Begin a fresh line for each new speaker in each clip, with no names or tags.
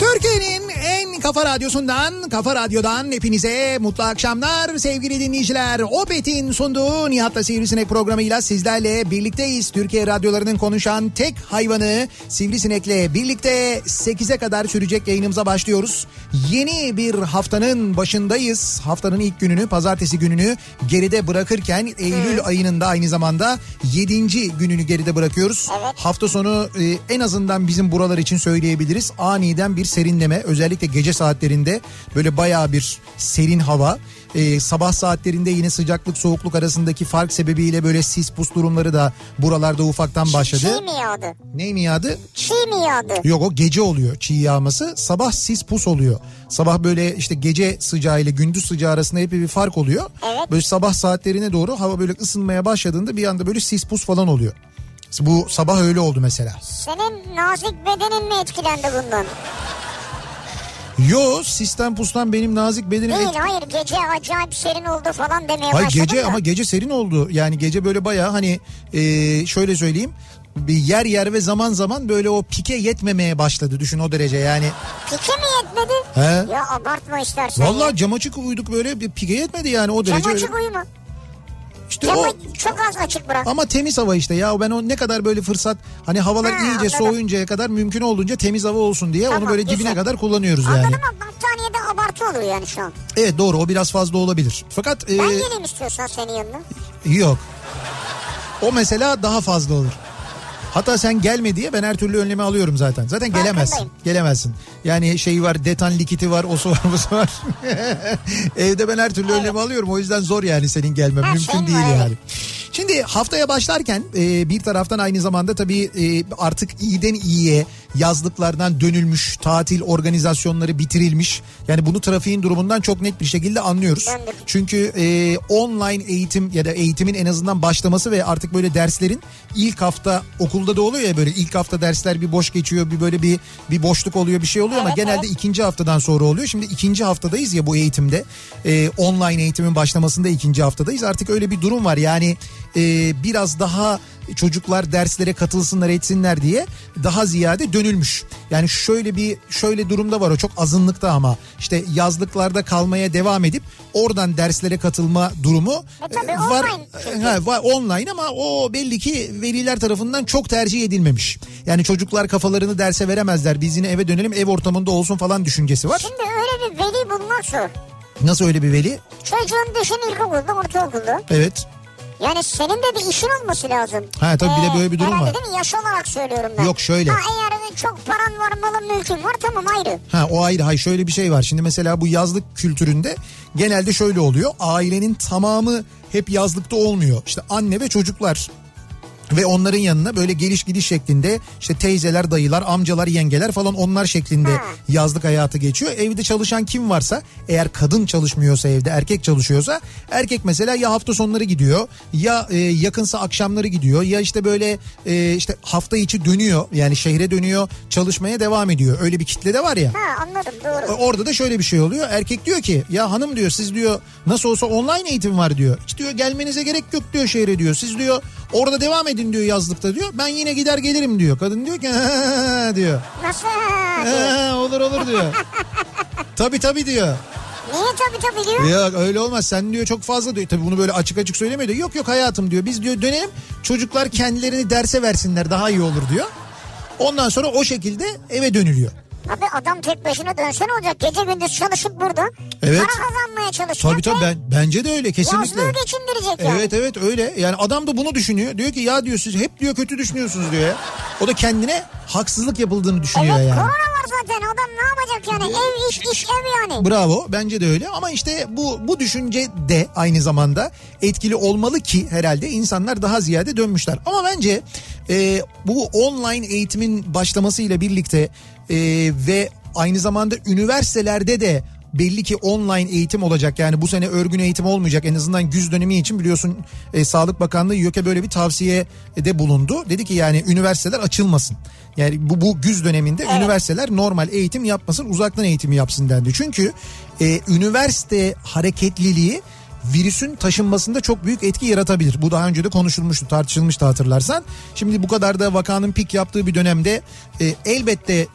Türkiye'nin en kafa radyosundan, kafa radyodan hepinize mutlu akşamlar sevgili dinleyiciler. Opet'in sunduğu Nihat'la Sivrisinek programıyla sizlerle birlikteyiz. Türkiye radyolarının konuşan tek hayvanı Sivrisinek'le birlikte 8'e kadar sürecek yayınımıza başlıyoruz. Yeni bir haftanın başındayız. Haftanın ilk gününü, pazartesi gününü geride bırakırken Eylül ayının da aynı zamanda 7. gününü geride bırakıyoruz. Hafta sonu e, en azından bizim buralar için söyleyebiliriz. Aniden bir serinleme özellikle gece saatlerinde böyle bayağı bir serin hava. E, sabah saatlerinde yine sıcaklık soğukluk arasındaki fark sebebiyle böyle sis pus durumları da buralarda ufaktan başladı.
Çiğ şey mi yağdı?
Ney mi yağdı?
Çiğ mi yağdı?
Yok o gece oluyor çiğ yağması. Sabah sis pus oluyor. Sabah böyle işte gece sıcağı ile gündüz sıcağı arasında hep bir fark oluyor.
Evet.
Böyle sabah saatlerine doğru hava böyle ısınmaya başladığında bir anda böyle sis pus falan oluyor. Bu sabah öyle oldu mesela.
Senin nazik bedenin mi etkilendi bundan?
Yo sisten pustan benim nazik bedenim
Değil
et-
hayır gece acayip serin oldu falan demeye
Hayır
başladın
gece
da.
ama gece serin oldu. Yani gece böyle bayağı hani e, şöyle söyleyeyim. Bir yer yer ve zaman zaman böyle o pike yetmemeye başladı düşün o derece yani.
Pike mi yetmedi?
He.
Ya abartma istersen. ya.
Vallahi cam açık uyuduk böyle bir pike yetmedi yani o derece.
Cam
öyle.
açık uyuma.
İşte
Camı
o
çok az açık bırak.
Ama temiz hava işte ya ben o ne kadar böyle fırsat hani havalar
Ha,
iyice
anladım.
soğuyuncaya kadar mümkün olduğunca temiz hava olsun diye onu
Tamam,
böyle dibine
güzel.
kadar kullanıyoruz yani.
Anladım ama battaniyede abartı olur yani şu an.
Evet doğru o biraz fazla olabilir. Fakat e,
Ben geleyim istiyorsan senin yanına.
yok. O mesela daha fazla olur. Hatta sen gelme diye ben her türlü önlemi alıyorum zaten. Zaten gelemezsin.
Farkındayım.
Gelemezsin. Yani şey var detan likiti var o su var bu su var. Evde ben her türlü önlemi alıyorum. O yüzden zor yani senin gelmen.
Her
Mümkün
şeyin
değil
var,
yani.
evet.
Şimdi haftaya başlarken e, bir taraftan aynı zamanda tabii e, artık iyiden iyiye yazlıklardan dönülmüş, tatil organizasyonları bitirilmiş. Yani bunu trafiğin durumundan çok net bir şekilde anlıyoruz.
Ben de.
Çünkü e, online eğitim ya da eğitimin en azından başlaması ve artık böyle derslerin ilk hafta okulda da oluyor ya böyle ilk hafta dersler bir boş geçiyor, bir böyle bir bir boşluk oluyor, bir şey oluyor ama
Evet,
genelde
evet.
ikinci haftadan sonra oluyor. Şimdi ikinci haftadayız ya bu eğitimde. Ee, online eğitimin başlamasında ikinci haftadayız. Artık öyle bir durum var. Yani e, biraz daha çocuklar derslere katılsınlar etsinler diye daha ziyade dönülmüş. Yani şöyle bir şöyle durumda var o çok azınlıkta ama işte yazlıklarda kalmaya devam edip oradan derslere katılma durumu
E tabii,
e, var.
online çünkü.
Ha, var online ama o belli ki veliler tarafından çok tercih edilmemiş. Yani çocuklar kafalarını derse veremezler. Biz yine eve dönelim ev ortamında olsun falan düşüncesi var.
Şimdi öyle bir veli bulmak zor.
Nasıl öyle bir veli?
Çocuğun düşün ilkokulda, ortaokulda.
Evet.
Yani senin de bir işin olması lazım. Ee,
Ha, tabii bir de böyle bir durum
e, herhalde
var.
değil mi? Yaş olarak söylüyorum ben.
Yok, şöyle.
Ha, eğer çok paran var, malın mülkün var tamam ayrı.
Ha o ayrı. Hayır şöyle bir şey var. Şimdi mesela bu yazlık kültüründe genelde şöyle oluyor. Ailenin tamamı hep yazlıkta olmuyor. İşte anne ve çocuklar Ve onların yanına böyle geliş gidiş şeklinde işte teyzeler, dayılar, amcalar, yengeler falan onlar şeklinde yazlık hayatı geçiyor. Evde çalışan kim varsa eğer kadın çalışmıyorsa evde erkek çalışıyorsa erkek mesela ya hafta sonları gidiyor ya e, yakınsa akşamları gidiyor ya işte böyle e, işte hafta içi dönüyor yani şehre dönüyor çalışmaya devam ediyor. Öyle bir kitle de var ya.
Ha anladım
E,
doğru.
Orada da şöyle bir şey oluyor. Erkek diyor ki ya hanım diyor siz diyor nasıl olsa online eğitim var diyor. Hiç diyor gelmenize gerek yok diyor şehre diyor. Siz diyor orada devam edin diyor yazlıkta diyor. Ben yine gider gelirim diyor. Kadın diyor ki "Ha," diyor.
Nasıl? ha diyor.
"Ha, olur olur diyor. Tabii tabii diyor.
Niye tabii tabii diyor?
Ya öyle olmaz sen diyor çok fazla diyor. Tabii bunu böyle açık açık söylemiyor diyor. Yok yok hayatım diyor. Biz diyor dönelim çocuklar kendilerini derse versinler daha iyi olur diyor. Ondan sonra o şekilde eve dönülüyor.
Abi adam tek başına dönse ne olacak? Gece gündüz çalışıp burada
Evet.
para kazanmaya çalışacak.
Tabii tabii
ve
ben, bence de öyle kesinlikle.
Yazlığı geçindirecek yani.
Evet evet öyle. Yani adam da bunu düşünüyor. Diyor ki ya diyor siz hep diyor kötü düşünüyorsunuz diyor ya. O da kendine haksızlık yapıldığını
Evet
düşünüyor yani.
korona var zaten adam ne yapacak yani ev iş iş ev yani.
Bravo bence de öyle ama işte bu bu düşünce de aynı zamanda etkili olmalı ki herhalde insanlar daha ziyade dönmüşler. Ama bence e, bu online eğitimin başlamasıyla birlikte e, ve aynı zamanda üniversitelerde de belli ki online eğitim olacak yani bu sene örgün eğitim olmayacak en azından güz dönemi için biliyorsun e, Sağlık Bakanlığı YÖK'e böyle bir tavsiye de bulundu. Dedi ki yani üniversiteler açılmasın. Yani bu, bu güz döneminde üniversiteler normal eğitim yapmasın uzaktan eğitimi yapsın dendi. Çünkü e, üniversite hareketliliği virüsün taşınmasında çok büyük etki yaratabilir. Bu daha önce de konuşulmuştu, tartışılmıştı hatırlarsan. Şimdi bu kadar da vakanın pik yaptığı bir dönemde e, elbette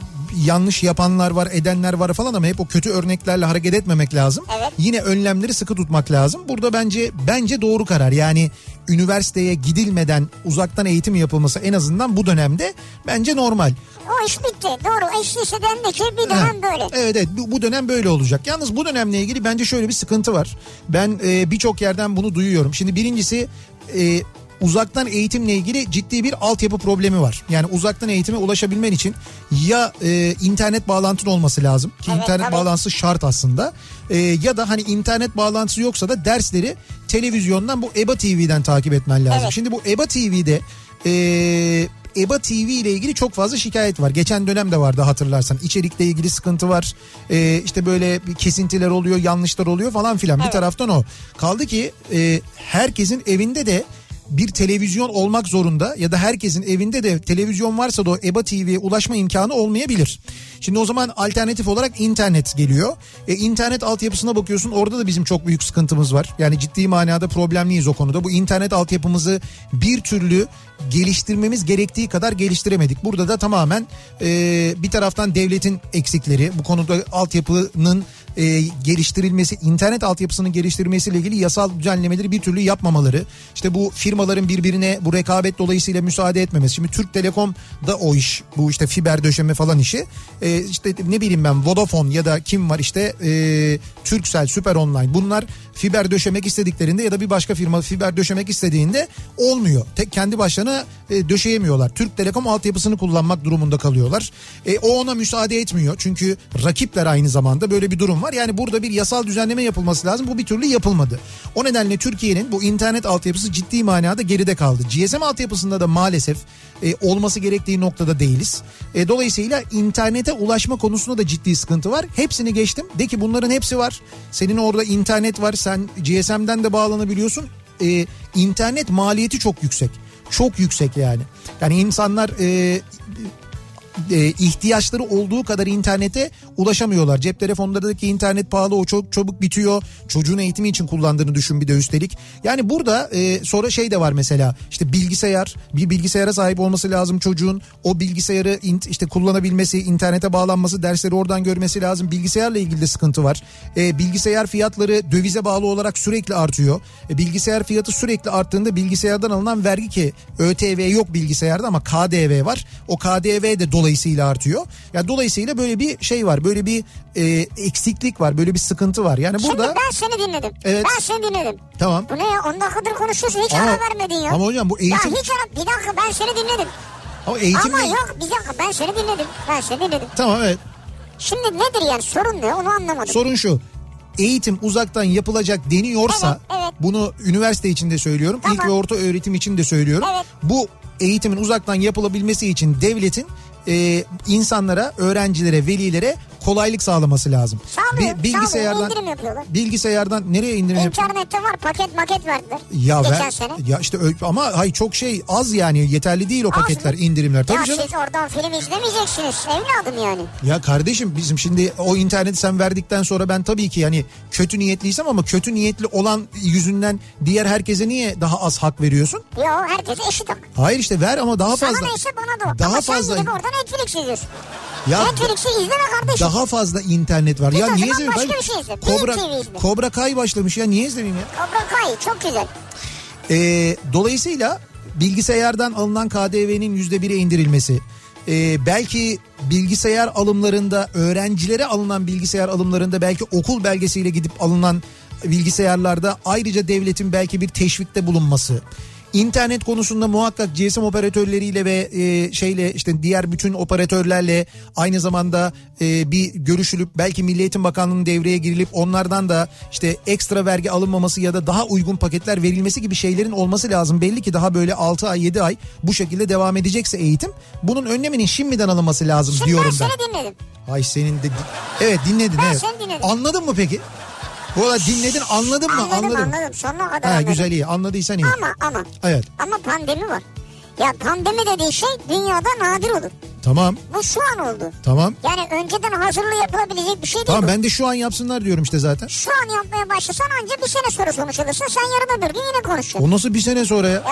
yanlış yapanlar var, edenler var falan ama hep o kötü örneklerle hareket etmemek lazım.
Evet.
Yine önlemleri sıkı tutmak lazım. Burada bence bence doğru karar. Yani üniversiteye gidilmeden uzaktan eğitim yapılması en azından bu dönemde bence normal.
O iş bitti doğru iş işe dendeki bir dönem
Ha, E,
böyle.
Evet evet bu, bu dönem böyle olacak. Yalnız bu dönemle ilgili bence şöyle bir sıkıntı var. Ben e, birçok yerden bunu duyuyorum. Şimdi birincisi e, uzaktan eğitimle ilgili ciddi bir altyapı problemi var. Yani uzaktan eğitime ulaşabilmen için ya e, internet bağlantın olması lazım ki
Evet,
internet
tabii.
bağlantısı şart aslında. E, ya da hani internet bağlantısı yoksa da dersleri televizyondan bu EBA TV'den takip etmen lazım.
Evet.
Şimdi bu EBA TV'de e, EBA TV ile ilgili çok fazla şikayet var. Geçen dönem de vardı hatırlarsan. İçerikle ilgili sıkıntı var. E, işte böyle bir kesintiler oluyor, yanlışlar oluyor falan filan. Bir taraftan o. Kaldı ki e, herkesin evinde de bir televizyon olmak zorunda ya da herkesin evinde de televizyon varsa da o EBA TV'ye ulaşma imkanı olmayabilir. Şimdi o zaman alternatif olarak internet geliyor. E, internet altyapısına bakıyorsun orada da bizim çok büyük sıkıntımız var. Yani ciddi manada problemliyiz o konuda. Bu internet altyapımızı bir türlü geliştirmemiz gerektiği kadar geliştiremedik. Burada da tamamen e, bir taraftan devletin eksikleri bu konuda altyapının e, geliştirilmesi, internet altyapısının geliştirilmesiyle ilgili yasal düzenlemeleri bir türlü yapmamaları. İşte bu firmaların birbirine bu rekabet dolayısıyla müsaade etmemesi. Şimdi Türk Telekom da o iş. Bu işte fiber döşeme falan işi. E, işte ne bileyim ben Vodafone ya da kim var işte e, Turkcell, Süper Online bunlar fiber döşemek istediklerinde ya da bir başka firma fiber döşemek istediğinde olmuyor. Tek kendi başlarına e, döşeyemiyorlar. Türk Telekom altyapısını kullanmak durumunda kalıyorlar. E, o ona müsaade etmiyor. Çünkü rakipler aynı zamanda böyle bir durum var. Yani burada bir yasal düzenleme yapılması lazım. Bu bir türlü yapılmadı. O nedenle Türkiye'nin bu internet altyapısı ciddi manada geride kaldı. GSM altyapısında da maalesef e, olması gerektiği noktada değiliz. E, dolayısıyla internete ulaşma konusunda da ciddi sıkıntı var. Hepsini geçtim. De ki bunların hepsi var. Senin orada internet var. Sen GSM'den de bağlanabiliyorsun. E, internet maliyeti çok yüksek. Çok yüksek yani. Yani insanlar e, e, ihtiyaçları olduğu kadar internete ulaşamıyorlar. Cep telefonlarındaki internet pahalı o çok çabuk bitiyor. Çocuğun eğitimi için kullandığını düşün bir de üstelik. Yani burada e, sonra şey de var mesela işte bilgisayar bir bilgisayara sahip olması lazım çocuğun. O bilgisayarı in- işte kullanabilmesi, internete bağlanması, dersleri oradan görmesi lazım. Bilgisayarla ilgili de sıkıntı var. E, bilgisayar fiyatları dövize bağlı olarak sürekli artıyor. E, bilgisayar fiyatı sürekli arttığında bilgisayardan alınan vergi ki ÖTV yok bilgisayarda ama KDV var. O KDV de dolayısıyla artıyor. Ya dolayısıyla böyle bir şey var. Böyle bir e, eksiklik var. Böyle bir sıkıntı var. Yani burada
Şimdi ben seni dinledim.
Evet.
Ben seni dinledim.
tamam.
Bu ne ya 10 dakikadır konuşuyorsun hiç
Ama-
ara vermedin ya.
ama hocam bu eğitim-
Ya hiç ara bir dakika ben seni dinledim.
Ama eğitimle
Ama yok bir dakika ben seni dinledim. Ben seni dinledim.
Tamam evet.
Şimdi nedir yani sorun ne onu anlamadım.
Sorun şu. Eğitim uzaktan yapılacak deniyorsa
Evet, evet.
bunu üniversite için de söylüyorum. ilk
Tamam.
ve orta öğretim için de söylüyorum.
Evet.
Bu eğitimin uzaktan yapılabilmesi için devletin e, insanlara, öğrencilere, velilere kolaylık sağlaması lazım.
Sağlıyor,
Bi-
sağlıyor.
bilgisayardan
İndirim yapıyorlar.
bilgisayardan nereye indirim yap-
İnternette var paket maket verdiler.
Ya
Geçen
ben
sene.
ya işte ö- ama hay çok şey az yani yeterli değil o
Az
paketler
mı?
indirimler tabii
ya şey
canım.
siz oradan film izlemeyeceksiniz evladım yani.
Ya kardeşim bizim şimdi o interneti sen verdikten sonra ben tabii ki yani kötü niyetliysem ama kötü niyetli olan yüzünden diğer herkese niye daha az hak veriyorsun?
Yo herkese eşit hak.
Hayır işte ver ama daha fazla.
Sana neyse bana da o.
Daha
Ama
fazla.
sen gidip oradan Netflix izliyorsun.
Ya
Netflix'i izleme kardeşim.
daha fazla internet var.
Git
ya
o zaman
niye izlemiyorum?
başka
Ben
şey? bir şey izle. Benim
Kobra,
TV izle.
Kobra Kai başlamış ya niye izlemeyeyim ya?
Cobra Kai çok güzel.
Ee, dolayısıyla bilgisayardan alınan KDV'nin yüzde bire indirilmesi, ee, belki bilgisayar alımlarında öğrencilere alınan bilgisayar alımlarında belki okul belgesiyle gidip alınan bilgisayarlarda ayrıca devletin belki bir teşvikte bulunması. İnternet konusunda muhakkak GSM operatörleriyle ve e, şeyle işte diğer bütün operatörlerle aynı zamanda e, bir görüşülüp belki Milli Eğitim Bakanlığı'nın devreye girilip onlardan da işte ekstra vergi alınmaması ya da daha uygun paketler verilmesi gibi şeylerin olması lazım. Belli ki daha böyle 6 ay 7 ay bu şekilde devam edecekse eğitim bunun önleminin şimdiden alınması lazım
Şimdi ben
diyorum ben.
seni dinledim.
Ay senin de evet dinledin
Ben
evet.
seni dinledim.
Anladın mı peki? Bu arada dinledin anladın mı?
Anladım anladım,
Anladın.
sonuna kadar
Ha,
anladım.
güzel iyi anladıysan iyi.
Ama ama
Evet
ama pandemi var. Ya pandemi dediğin şey dünyada nadir olur.
tamam
Bu şu an oldu.
tamam.
Yani önceden hazırlığı yapılabilecek bir şey değil
Tamam
bu.
ben de şu an yapsınlar diyorum işte zaten.
Şu an yapmaya başlasan ancak bir sene sonra konuşalırsın. Sen yarın öbür gün yine konuşacaksın.
O nasıl bir sene sonra ya?
Ya,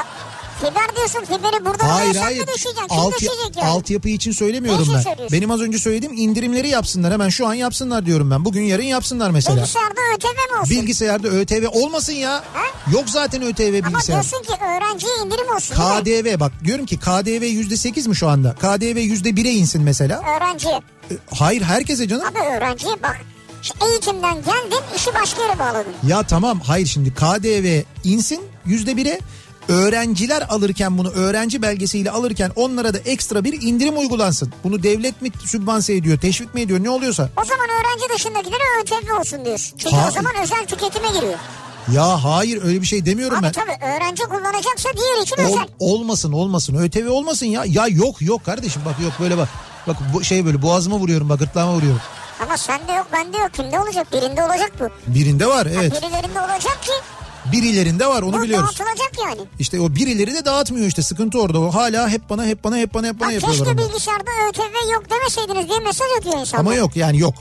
fiber diyorsun fiberi buradan
Hayır
alırsan
hayır.
mı düşeceksin? Kim
Alt,
düşecek yani?
altyapı için söylemiyorum
Ne için
ben.
söylüyorsun?
Benim az önce söylediğim indirimleri yapsınlar. Hemen şu an yapsınlar diyorum ben. Bugün yarın yapsınlar mesela.
Bilgisayarda ÖTV mi olsun?
Bilgisayarda ÖTV olmasın ya.
He?
Yok zaten ÖTV
Ama
bilgisayar.
diyorsun ki öğrenciye indirim olsun değil mi?
KDV bak diyorum ki KDV %8 mi şu anda? KDV %1'e insin mesela.
Öğrenciye.
E, Hayır herkese canım.
Abi öğrenciye bak. Şu eğitimden geldin işi başka yere bağladın.
Ya tamam hayır şimdi KDV insin yüzde bire öğrenciler alırken bunu öğrenci belgesiyle alırken onlara da ekstra bir indirim uygulansın. Bunu devlet mi sübvanse ediyor teşvik mi ediyor ne oluyorsa.
O zaman öğrenci dışındakilere ÖTV olsun diyorsun. Çünkü
Ha-
o zaman özel tüketime giriyor.
Ya hayır öyle bir şey demiyorum
Abi
ben.
tabii öğrenci kullanacaksa diğer için
Ol-
özel.
olmasın olmasın ÖTV olmasın ya. Ya yok yok kardeşim bak yok böyle bak. Bak bu şey böyle boğazıma vuruyorum bak gırtlağıma vuruyorum.
Ama sende yok bende yok. Kimde olacak? Birinde olacak bu.
Birinde var evet.
Birilerinde olacak ki
Birilerinde var onu
bu
biliyoruz.
dağıtılacak yani.
İşte o birileri de dağıtmıyor işte sıkıntı orada. O hala hep bana hep bana hep bana hep bana
Bak
yapıyorlar.
keşke
onu.
bilgisayarda ÖTV yok demeseydiniz diye mesaj atıyor insanlar.
Ama yok yani yok.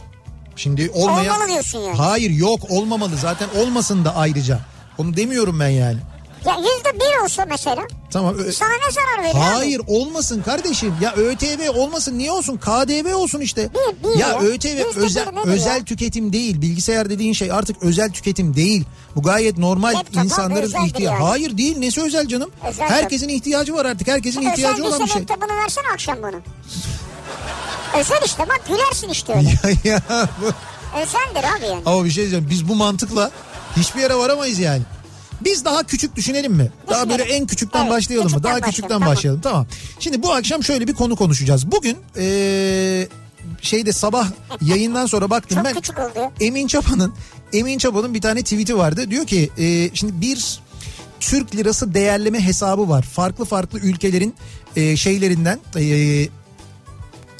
Şimdi olmayan...
Olmalı diyorsun yani.
Hayır yok olmamalı zaten olmasın da ayrıca. Onu demiyorum ben yani.
Ya yüzde bir olsa mesela
Tamam. ö-
sana ne zarar verir
E, Hayır
abi?
olmasın kardeşim. Ya ÖTV olmasın niye olsun? KDV olsun işte.
Bir- bir
ya
ya.
ÖTV
Yüzde
özel
biri nedir
özel
ya?
tüketim değil. Bilgisayar dediğin şey artık özel tüketim değil. Bu gayet normal
Laptop abi
insanların
özeldir
ihtiyacı.
yani.
Hayır değil. Nesi özel canım?
Özel tabii.
Herkesin ihtiyacı var artık. Herkesin ihtiyacı olan bir şey.
Özel bunu versene akşam bunu. özel işte bak gülersin işte öyle.
Ya, ya, bu-
Özeldir abi yani.
Ama bir şey diyeceğim biz bu mantıkla hiçbir yere varamayız yani. Biz daha küçük düşünelim mi? Daha böyle en küçükten
Evet,
başlayalım mı?
küçükten
Daha küçükten
başlayalım,
başlayalım. Tamam. Şimdi bu akşam şöyle bir konu konuşacağız. Bugün eee, şeyde sabah yayından sonra baktım
Çok
ben.
küçük oldu.
Emin Çapa'nın Emin Çapa'nın bir tane tweet'i vardı. Diyor ki e, şimdi bir Türk lirası değerleme hesabı var. Farklı farklı ülkelerin e, şeylerinden e,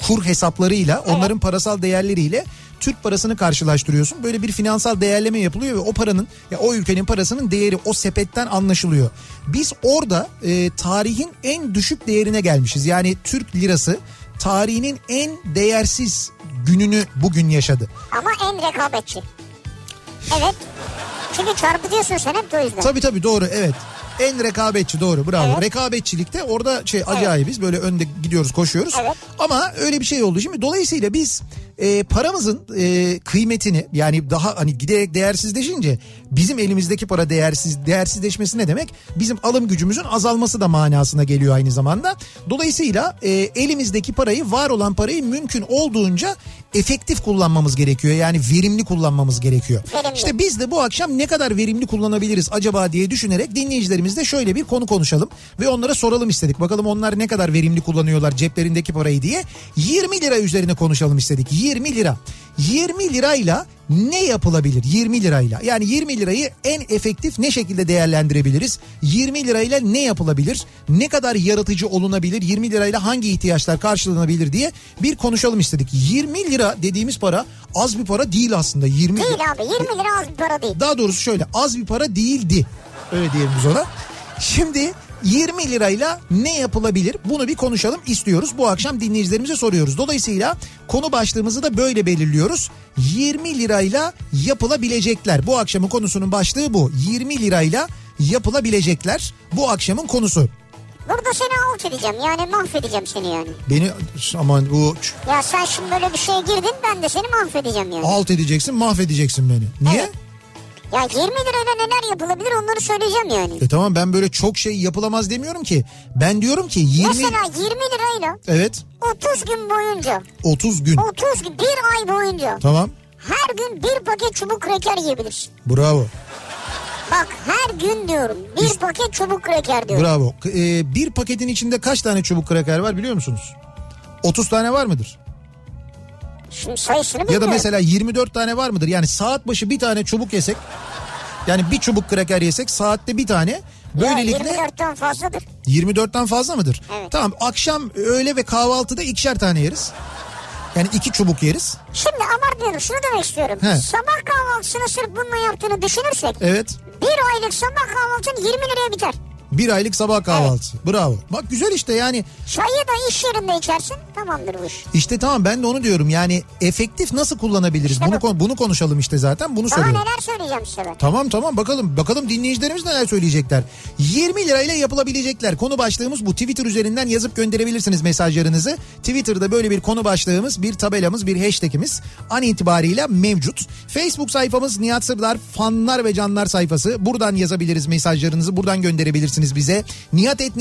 kur hesaplarıyla onların parasal değerleriyle Türk parasını karşılaştırıyorsun. Böyle bir finansal değerleme yapılıyor ve o paranın ya o ülkenin parasının değeri o sepetten anlaşılıyor. Biz orada e, tarihin en düşük değerine gelmişiz. Yani Türk lirası tarihinin en değersiz gününü bugün yaşadı.
Ama en rekabetçi. Evet. Çünkü çarpıtıyorsun sen hep de o yüzden.
Tabii tabii doğru evet. En rekabetçi doğru bravo.
Evet.
Rekabetçilikte orada şey acayibiz böyle önde gidiyoruz koşuyoruz.
Evet.
Ama öyle bir şey oldu. Şimdi dolayısıyla biz e, paramızın e, kıymetini yani daha hani giderek değersizleşince bizim elimizdeki para değersiz değersizleşmesi ne demek? Bizim alım gücümüzün azalması da manasına geliyor aynı zamanda. Dolayısıyla e, elimizdeki parayı var olan parayı mümkün olduğunca efektif kullanmamız gerekiyor. Yani verimli kullanmamız gerekiyor.
Verimli.
İşte biz de bu akşam ne kadar verimli kullanabiliriz acaba diye düşünerek dinleyicilerimizle şöyle bir konu konuşalım ve onlara soralım istedik. Bakalım onlar ne kadar verimli kullanıyorlar ceplerindeki parayı diye. 20 lira üzerine konuşalım istedik. 20 20 lira. 20 lirayla ne yapılabilir 20 lirayla? Yani 20 lirayı en efektif ne şekilde değerlendirebiliriz? 20 lirayla ne yapılabilir? Ne kadar yaratıcı olunabilir? 20 lirayla hangi ihtiyaçlar karşılanabilir diye bir konuşalım istedik. 20 lira dediğimiz para az bir para değil aslında. 20 lira-
Değil abi 20 lira az bir para değil.
daha doğrusu şöyle az bir para değildi. Öyle diyelim biz ona. Şimdi 20 lirayla ne yapılabilir? Bunu bir konuşalım istiyoruz. Bu akşam dinleyicilerimize soruyoruz. Dolayısıyla konu başlığımızı da böyle belirliyoruz. 20 lirayla yapılabilecekler. Bu akşamın konusunun başlığı bu. 20 lirayla yapılabilecekler. Bu akşamın konusu.
Burada seni alt edeceğim yani mahvedeceğim seni yani.
Beni aman bu ç-
Ya sen şimdi böyle bir şeye girdin ben de seni mahvedeceğim yani.
alt edeceksin, mahvedeceksin beni. Niye?
Evet. Ya 20 lirayla neler yapılabilir onları söyleyeceğim yani.
E tamam ben böyle çok şey yapılamaz demiyorum ki. Ben diyorum ki 20
Mesela 20 lirayla
Evet.
30 gün boyunca
30 gün.
30 gün bir ay boyunca
Tamam.
her gün bir paket çubuk kreker yiyebilirsin.
Bravo.
Bak her gün diyorum bir paket çubuk kreker diyorum.
Bravo. K- e, bir paketin içinde kaç tane çubuk kraker var biliyor musunuz? 30 tane var mıdır?
Şimdi sayısını
Ya
bilmiyorum.
da mesela 24 tane var mıdır? Yani saat başı bir tane çubuk yesek yani bir çubuk kraker yesek saatte bir tane
Ya
böylelikle
24'ten fazladır.
24'ten fazla mıdır?
Evet.
Tamam akşam öğle ve kahvaltıda ikişer tane yeriz. Yani iki çubuk yeriz.
Şimdi abartmıyorum şunu demek istiyorum.
He. E-
Sabah kahvaltısını sırf bununla yaptığını düşünürsek
Evet.
bir aylık sabah kahvaltın 20 liraya biter.
Bir aylık sabah kahvaltısı. Bravo. Bak güzel işte yani
Çayı da iş yerinde içersin tamamdır bu iş.
işte tamam ben de onu diyorum. Yani efektif nasıl kullanabiliriz?
İşte
bunu
bak.
kon- bunu konuşalım işte zaten. Bunu
Daha
soruyorum.
neler söyleyeceğim size ben.
Tamam tamam bakalım bakalım dinleyicilerimiz neler söyleyecekler. 20 lirayla yapılabilecekler. Konu başlığımız bu. Twitter üzerinden yazıp gönderebilirsiniz mesajlarınızı. Twitter'da böyle bir konu başlığımız, bir tabelamız, bir hashtagimiz an itibariyle mevcut. Facebook sayfamız Nihat Sırdar fanlar ve canlar sayfası. Buradan yazabiliriz mesajlarınızı. Buradan gönderebilirsiniz bize.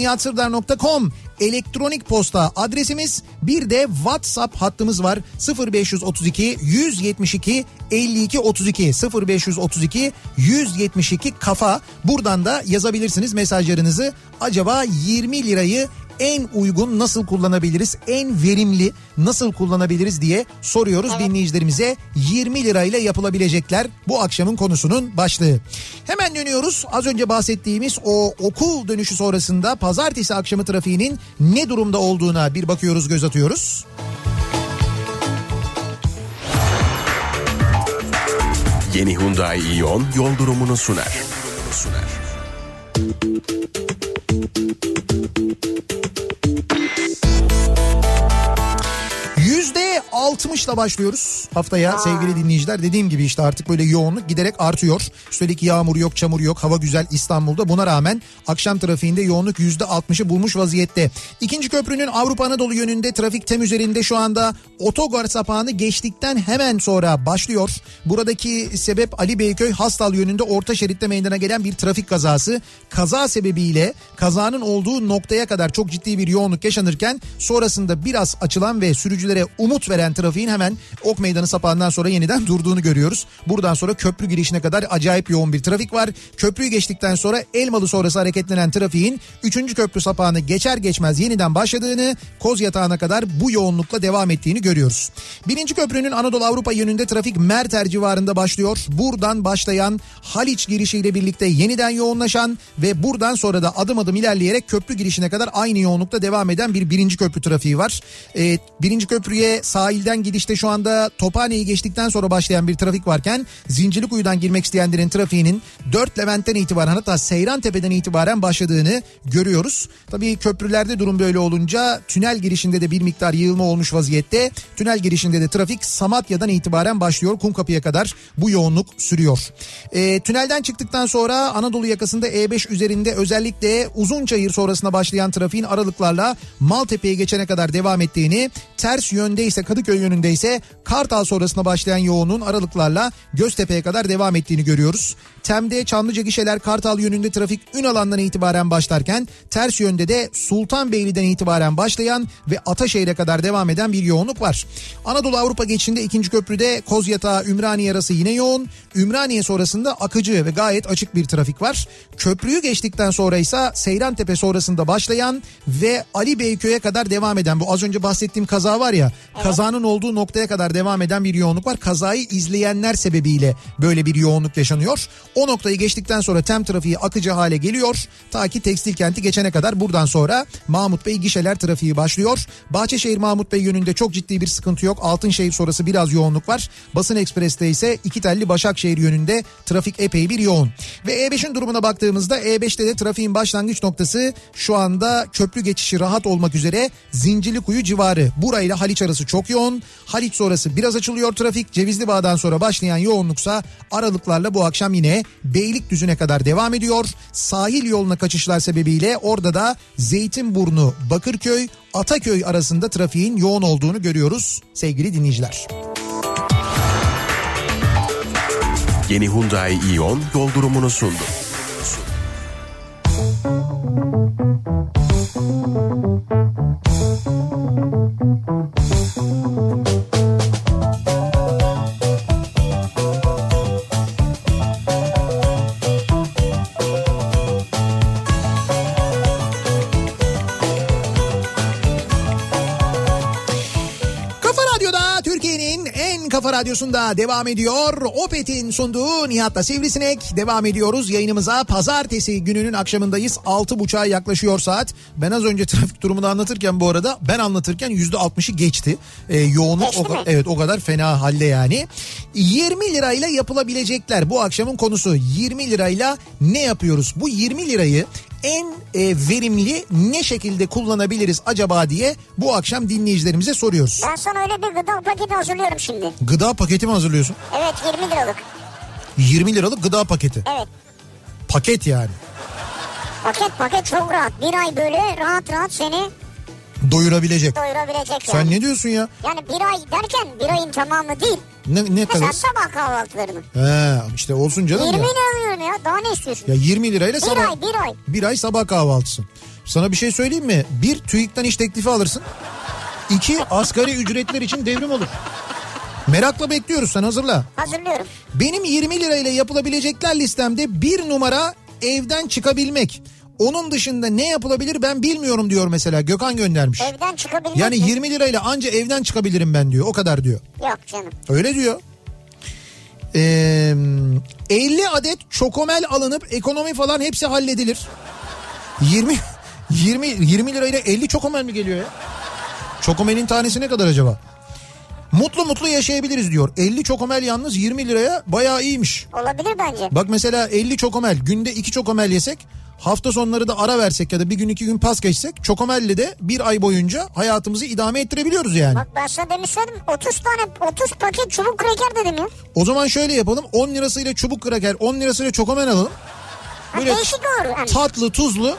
nihat@nihatsırdar.com elektronik posta adresimiz. Bir de WhatsApp hattımız var. 0532 172 52 32 0532 172 kafa. Buradan da yazabilirsiniz mesajlarınızı. Acaba 20 lirayı en uygun nasıl kullanabiliriz? En verimli nasıl kullanabiliriz diye soruyoruz dinleyicilerimize. 20 lirayla yapılabilecekler bu akşamın konusunun başlığı. Hemen dönüyoruz. Az önce bahsettiğimiz o okul dönüşü sonrasında pazartesi akşamı trafiğinin ne durumda olduğuna bir bakıyoruz, göz atıyoruz.
Yeni Hyundai Ion yol durumunu sunar.
Yüzde altmışla başlıyoruz haftaya sevgili dinleyiciler. Dediğim gibi işte artık böyle yoğunluk giderek artıyor. Üstelik yağmur yok, çamur yok, hava güzel İstanbul'da. Buna rağmen akşam trafiğinde yoğunluk yüzde altmışı bulmuş vaziyette. İkinci köprünün Avrupa Anadolu yönünde trafik tem üzerinde şu anda otogar sapağını geçtikten hemen sonra başlıyor. Buradaki sebep Ali Beyköy Hastal yönünde orta şeritte meydana gelen bir trafik kazası. Kaza sebebiyle kazanın olduğu noktaya kadar çok ciddi bir yoğunluk yaşanırken sonrasında biraz açılan ve sürücülere umut veren trafiğin hemen Ok Meydanı sapağından sonra yeniden durduğunu görüyoruz. Buradan sonra köprü girişine kadar acayip yoğun bir trafik var. Köprüyü geçtikten sonra Elmalı sonrası hareketlenen trafiğin 3. köprü sapağını geçer geçmez yeniden başladığını Koz Yatağı'na kadar bu yoğunlukla devam ettiğini görüyoruz. Birinci köprünün Anadolu Avrupa yönünde trafik Merter civarında başlıyor. Buradan başlayan Haliç girişiyle birlikte yeniden yoğunlaşan ve buradan sonra da adım adım ilerleyerek köprü girişine kadar aynı yoğunlukta devam eden bir birinci köprü trafiği var. Ee, birinci köprüye sahilden gidişte şu anda Tophane'yi geçtikten sonra başlayan bir trafik varken Zincirlikuyu'dan girmek isteyenlerin trafiğinin 4 Levent'ten itibaren hatta Seyran Tepe'den itibaren başladığını görüyoruz. Tabii köprülerde durum böyle olunca tünel girişinde de bir miktar yığılma olmuş vaziyette. Tünel girişinde de trafik Samatya'dan itibaren başlıyor. Kumkapı'ya kadar bu yoğunluk sürüyor. Ee, tünelden çıktıktan sonra Anadolu yakasında E E5 üzerinde özellikle Uzunçayır sonrasına başlayan trafiğin aralıklarla Maltepe'ye geçene kadar devam ettiğini, ters yönde ise Kadıköy yönünde ise Kartal sonrasına başlayan yoğunluğun aralıklarla Göztepe'ye kadar devam ettiğini görüyoruz. Tem'de Çamlıca gişeler Kartal yönünde trafik ün alandan itibaren başlarken ters yönde de Sultanbeyli'den itibaren başlayan ve Ataşehir'e kadar devam eden bir yoğunluk var. Anadolu Avrupa geçişinde ikinci köprüde Kozyatağı Ümraniye arası yine yoğun. Ümraniye sonrasında akıcı ve gayet açık bir trafik var. Köprüyü geçtikten sonra ise Seyrantepe sonrasında başlayan ve Ali Beyköy'e kadar devam eden bu az önce bahsettiğim kaza var ya Kazanın olduğu noktaya kadar devam eden bir yoğunluk var. Kazayı izleyenler sebebiyle böyle bir yoğunluk yaşanıyor. O noktayı geçtikten sonra tem trafiği akıcı hale geliyor. Ta ki tekstil kenti geçene kadar buradan sonra Mahmut Bey gişeler trafiği başlıyor. Bahçeşehir Mahmut Bey yönünde çok ciddi bir sıkıntı yok. Altınşehir sonrası biraz yoğunluk var. Basın Ekspres'te ise iki telli Başakşehir yönünde trafik epey bir yoğun. Ve E5'in durumuna baktığımızda E5'te de trafiğin başlangıç noktası şu anda köprü geçişi rahat olmak üzere Zincirlikuyu civarı. Burayla Haliç arası çok yoğun. Haliç sonrası biraz açılıyor trafik. Cevizli Bağ'dan sonra başlayan yoğunluksa aralıklarla bu akşam yine Beylikdüzü'ne kadar devam ediyor. Sahil yoluna kaçışlar sebebiyle orada da Zeytinburnu, Bakırköy, Ataköy arasında trafiğin yoğun olduğunu görüyoruz sevgili dinleyiciler.
Yeni Hyundai Ion yol durumunu sundu.
Kafa Radyo'da Türkiye'nin en kafa radyosunda devam ediyor. Opet'in sunduğu Nihat'la Sivrisinek. Devam ediyoruz yayınımıza. Pazartesi gününün akşamındayız. 6.30'a yaklaşıyor saat. Ben az önce trafik durumunu anlatırken bu arada ben anlatırken %60'ı geçti. Ee, yoğunluk
Geçti
o,
mi?
evet o kadar fena halde yani. 20 lirayla yapılabilecekler bu akşamın konusu. 20 lirayla ne yapıyoruz? Bu 20 lirayı en e, verimli ne şekilde kullanabiliriz acaba diye bu akşam dinleyicilerimize soruyoruz.
Ben sana öyle bir gıda paketi hazırlıyorum şimdi.
Gıda paketi mi hazırlıyorsun?
Evet 20 liralık.
20 liralık gıda paketi.
Evet.
Paket yani.
Paket paket çok rahat. Bir ay böyle rahat rahat seni
Doyurabilecek.
doyurabilecek
Sen
yani.
ne diyorsun ya?
Yani bir ay derken bir ayın tamamı değil.
Ne, ne
Mesela
kadar?
sabah kahvaltılarını.
He, işte olsun
20
canım ya.
lira alıyorum ya. Daha ne istiyorsun?
Ya 20 lirayla
bir
sabah
ay bir ay.
bir ay sabah kahvaltısı. Sana bir şey söyleyeyim mi? Bir TÜİK'ten iş teklifi alırsın. İki asgari ücretler için devrim olur. Merakla bekliyoruz sen hazırla.
Hazırlıyorum.
Benim 20 lirayla yapılabilecekler listemde bir numara evden çıkabilmek. Onun dışında ne yapılabilir ben bilmiyorum diyor mesela Gökhan göndermiş.
Evden çıkabilmek
Yani
mi?
20 lirayla anca evden çıkabilirim ben diyor. O kadar diyor.
Yok canım.
Öyle diyor. Ee, 50 adet çokomel alınıp ekonomi falan hepsi halledilir. 20 20 20 lirayla 50 çokomel mi geliyor ya? Çokomelin tanesi ne kadar acaba? Mutlu mutlu yaşayabiliriz diyor. 50 çokomel yalnız 20 liraya bayağı iyiymiş.
Olabilir bence.
Bak mesela 50 çokomel günde 2 çokomel yesek hafta sonları da ara versek ya da bir gün iki gün pas geçsek çokomelle de bir ay boyunca hayatımızı idame ettirebiliyoruz yani.
Bak ben sana demiştim 30 tane 30 paket çubuk kraker dedim ya.
O zaman şöyle yapalım 10 lirasıyla çubuk kraker 10 lirasıyla çokomel alalım.
Ha,
Böyle
değişik olur. Yani.
tatlı tuzlu.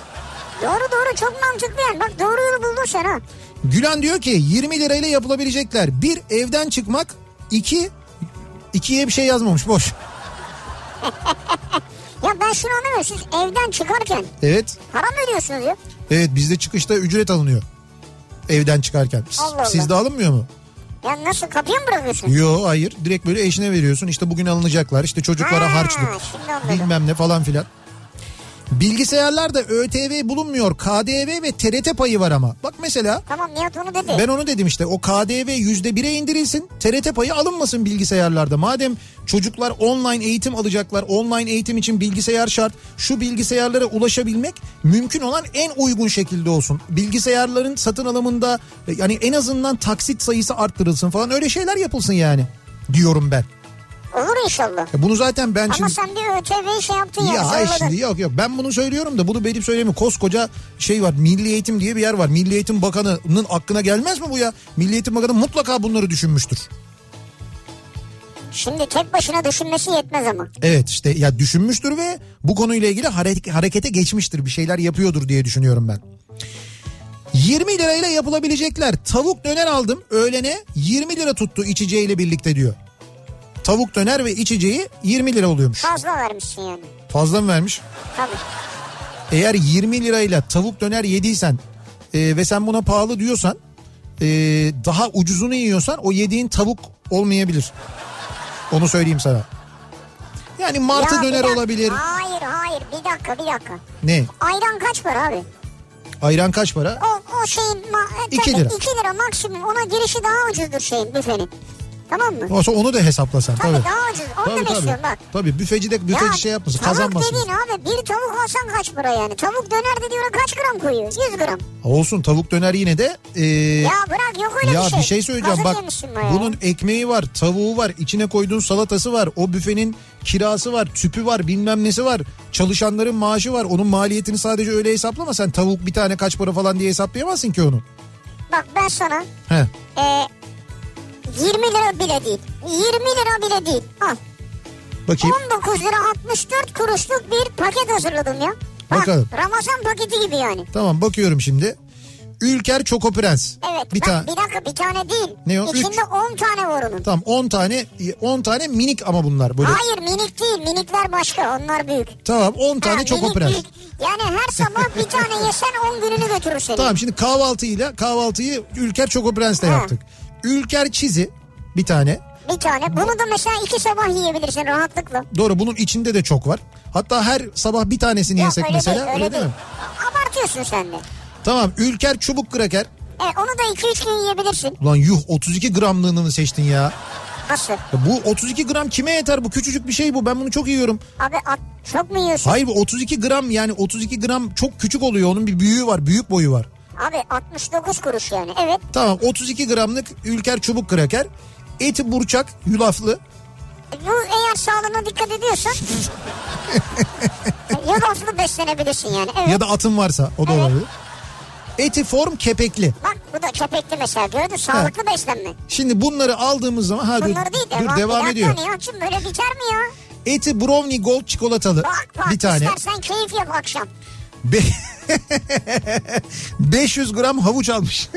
Doğru doğru çok mantıklı yani. Bak doğru yolu buldun sen ha.
Gülen diyor ki 20 lirayla yapılabilecekler. Bir evden çıkmak iki ikiye bir şey yazmamış boş.
Ya ben şunu anlamıyorum. Siz evden çıkarken
Evet
para mı ödüyorsunuz ya?
evet bizde çıkışta ücret alınıyor. Evden çıkarken. Siz-
Allah Allah.
Sizde alınmıyor mu?
Ya nasıl kapıya mı bırakıyorsunuz?
Yo hayır direkt böyle eşine veriyorsun işte bugün alınacaklar işte çocuklara
Ha,
harçlık
şimdi anladım.
bilmem ne falan filan. Bilgisayarlarda ÖTV bulunmuyor KDV ve TRT payı var ama. Bak mesela
Tamam Nihat onu dedi.
ben onu dedim işte o KDV yüzde bire indirilsin TRT payı alınmasın bilgisayarlarda. Madem çocuklar online eğitim alacaklar online eğitim için bilgisayar şart şu bilgisayarlara ulaşabilmek mümkün olan en uygun şekilde olsun. Bilgisayarların satın alımında e, yani en azından taksit sayısı arttırılsın falan öyle şeyler yapılsın yani diyorum ben.
Olur inşallah.
Ya bunu zaten ben
Ama
şimdi...
sen bir ÖTV'yi şey yaptın ya.
Ya hayır
zorladın.
şimdi yok yok ben bunu söylüyorum da bunu benim söylemi koskoca şey var Milli Eğitim diye bir yer var. Milli Eğitim Bakanı'nın aklına gelmez mi bu ya? Milli Eğitim Bakanı mutlaka bunları düşünmüştür.
Şimdi tek başına düşünmesi yetmez ama.
Evet işte ya düşünmüştür ve bu konuyla ilgili hare- harekete geçmiştir bir şeyler yapıyordur diye düşünüyorum ben. 20 lirayla yapılabilecekler. Tavuk döner aldım öğlene 20 lira tuttu içeceğiyle birlikte diyor. Tavuk döner ve içeceği 20 lira oluyormuş.
Fazla vermişsin yani.
Fazla mı vermiş?
Tabii.
Eğer 20 lirayla tavuk döner yediysen e, ve sen buna pahalı diyorsan e, daha ucuzunu yiyorsan o yediğin tavuk olmayabilir. Onu söyleyeyim sana. Yani martı
Ya bir
döner
dakika.
olabilir.
Hayır hayır bir dakika bir dakika.
Ne?
Ayran kaç para abi?
Ayran kaç para?
O, o şeyin ma- e,
İki
tabii
lira.
iki lira maksimum ona girişi daha ucuzdur şeyin büfenin. Tamam mı?
Olsa onu da hesaplasan
Tabii,
tabii.
daha ucuz. Onu
Tabii
da
tabii.
istiyorum bak.
Tabii büfeci de büfeci şey yapmasın
tavuk
kazanmasın.
dediğin abi bir tavuk alsan kaç para yani? Tavuk döner dediğin ona kaç gram koyuyor? 100 gram.
Olsun tavuk döner yine de e,
Ya
ya,
bırak yok öyle bir şey.
söyleyeceğim
Hazır
bak
yemişsin bayağı.
bunun ekmeği var tavuğu var içine koyduğun salatası var o büfenin kirası var tüpü var bilmem nesi var çalışanların maaşı var onun maliyetini sadece öyle hesaplama sen tavuk bir tane kaç para falan diye hesaplayamazsın ki onu.
Bak ben sana
He.
e, 20 lira bile değil. 20 lira bile değil. Al.
Bakayım
19 lira 64 kuruşluk bir paket hazırladım ya. Bak,
Bakalım.
Ramazan paketi gibi yani.
tamam bakıyorum şimdi. Ülker Çoko Prens.
Evet
Bir
bak,
tane.
bir dakika bir tane değil.
Ne o?
İçinde 10 tane var onun.
Tamam 10 tane 10 tane minik ama bunlar böyle.
Hayır minik değil minikler başka onlar büyük.
Tamam 10 tane
Ha,
Çoko
minik
Prens.
büyük. Yani her sabah bir tane yesen 10 gününü götürür seni.
Tamam şimdi kahvaltıyla kahvaltıyı Ülker Çoko Prens'le
Ha.
yaptık. Ülker Çizi bir tane.
Bir tane. Bunu da mesela iki sabah yiyebilirsin rahatlıkla.
Doğru bunun içinde de çok var. Hatta her sabah bir tanesini
Yok
yesek
öyle
mesela.
değil öyle,
öyle değil
değil.
mi?
Abartıyorsun sen de.
Tamam Ülker Çubuk Kraker.
E, onu da 2-3 gün yiyebilirsin.
Ulan yuh 32 gramlığını mı seçtin ya?
Nasıl?
Ya Bu 32 gram kime yeter? Bu küçücük bir şey bu. Ben bunu çok yiyorum.
Abi at, çok mu yiyorsun?
Hayır bu 32 gram yani 32 gram çok küçük oluyor. Onun bir büyüğü var. Büyük boyu var.
Abi 69 kuruş yani. Evet.
Tamam 32 gramlık Ülker Çubuk Kraker. Eti burçak yulaflı.
E, Bu eğer sağlığına dikkat ediyorsan E, yulaflı beslenebilirsin yani. Evet.
Ya da atın varsa o da
Evet.
olabilir. Eti form kepekli.
Bak bu da kepekli mesela gördün sağlıklı beslenme.
Şimdi bunları aldığımız zaman hadi
Bunları değil de
dur,
bak,
devam
bir
ediyor.
dakika ne açım böyle biter mi ya?
Eti brownie gold çikolatalı
Bak bak
bir tane.
istersen keyif yap akşam.
Be- 500 gram havuç almış.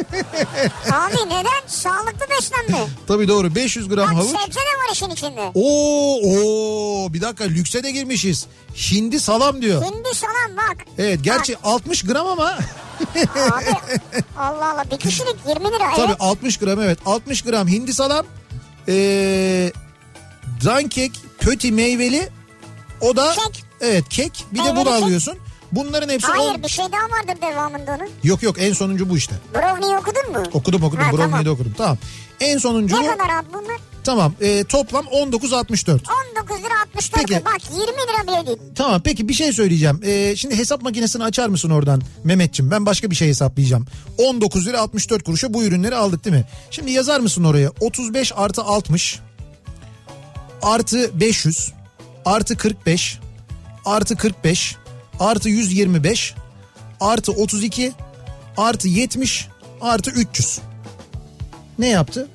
Abi neden? Sağlıklı beslenme.
Tabii doğru 500 gram
Bak şey-
havuç.
sebze de var işin içinde.
Oo, oo bir dakika lükse de girmişiz. Hindi salam diyor.
Hindi salam bak.
Evet gerçi 60 gram ama
Bak, abi Allah Allah bir kişilik 20 lira
tabii
evet.
60 gram evet 60 gram hindi salam. Ee, dankek köti meyveli o da
Kek.
evet kek bir de
Meyveli
bunu
kek.
alıyorsun. Bunların hepsi on-
Hayır bir şey daha vardır devamında onun.
yok yok en sonuncu bu işte.
Brownie'yi okudun mu?
Okudum okudum
Ha,
brownie'yi
tamam.
de okudum tamam. En sonuncu
Ne
bu.
kadar abi bunlar?
Tamam e, toplam 19.64.
19 lira 64
Peki.
bak 20 lira bile değil.
Tamam peki bir şey söyleyeceğim. E, şimdi hesap makinesini açar mısın oradan Mehmetçim? Ben başka bir şey hesaplayacağım. 19 lira 64 kuruşa bu ürünleri aldık değil mi? Şimdi yazar mısın oraya? 35 artı 60 artı 500 artı 45 artı 45 artı 125 artı 32 artı 70 artı 300. Ne yaptı?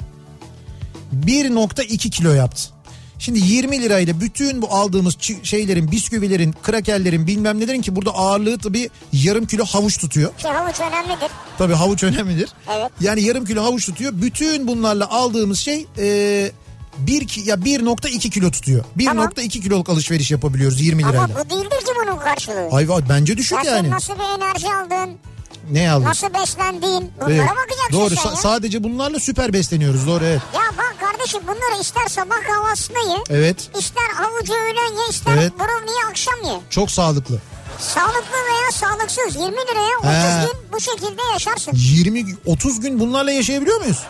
1.2 kilo yaptı. Şimdi 20 lirayla bütün bu aldığımız çi- şeylerin, bisküvilerin, krakerlerin bilmem nelerin ki burada ağırlığı tabii yarım kilo havuç tutuyor.
Ki Şey, havuç önemlidir.
Tabii havuç önemlidir.
Evet.
Yani yarım kilo havuç tutuyor. Bütün bunlarla aldığımız şey e, bir ki- ya 1.2 kilo tutuyor. 1.2 kiloluk alışveriş yapabiliyoruz 20
Ama
lirayla.
bu değildir ki bunun karşılığı.
Ay vay, bence düşük
Ya sen
yani.
nasıl bir enerji aldın?
Ne aldın?
Nasıl beslendiğin? Bunlara
Evet.
bakacaksın
Doğru
sen
sa-
şey ya.
sadece bunlarla süper besleniyoruz doğru evet.
ya bak kardeşim bunları ister sabah kahvaltısında ye.
Evet
İster havucu öğlen ye ister
Evet.
brownie'yi akşam ye.
çok sağlıklılı.
Sağlıklı veya sağlıksız 20 liraya 30
He.
gün bu şekilde yaşarsın.
20 30 gün bunlarla yaşayabiliyor muyuz?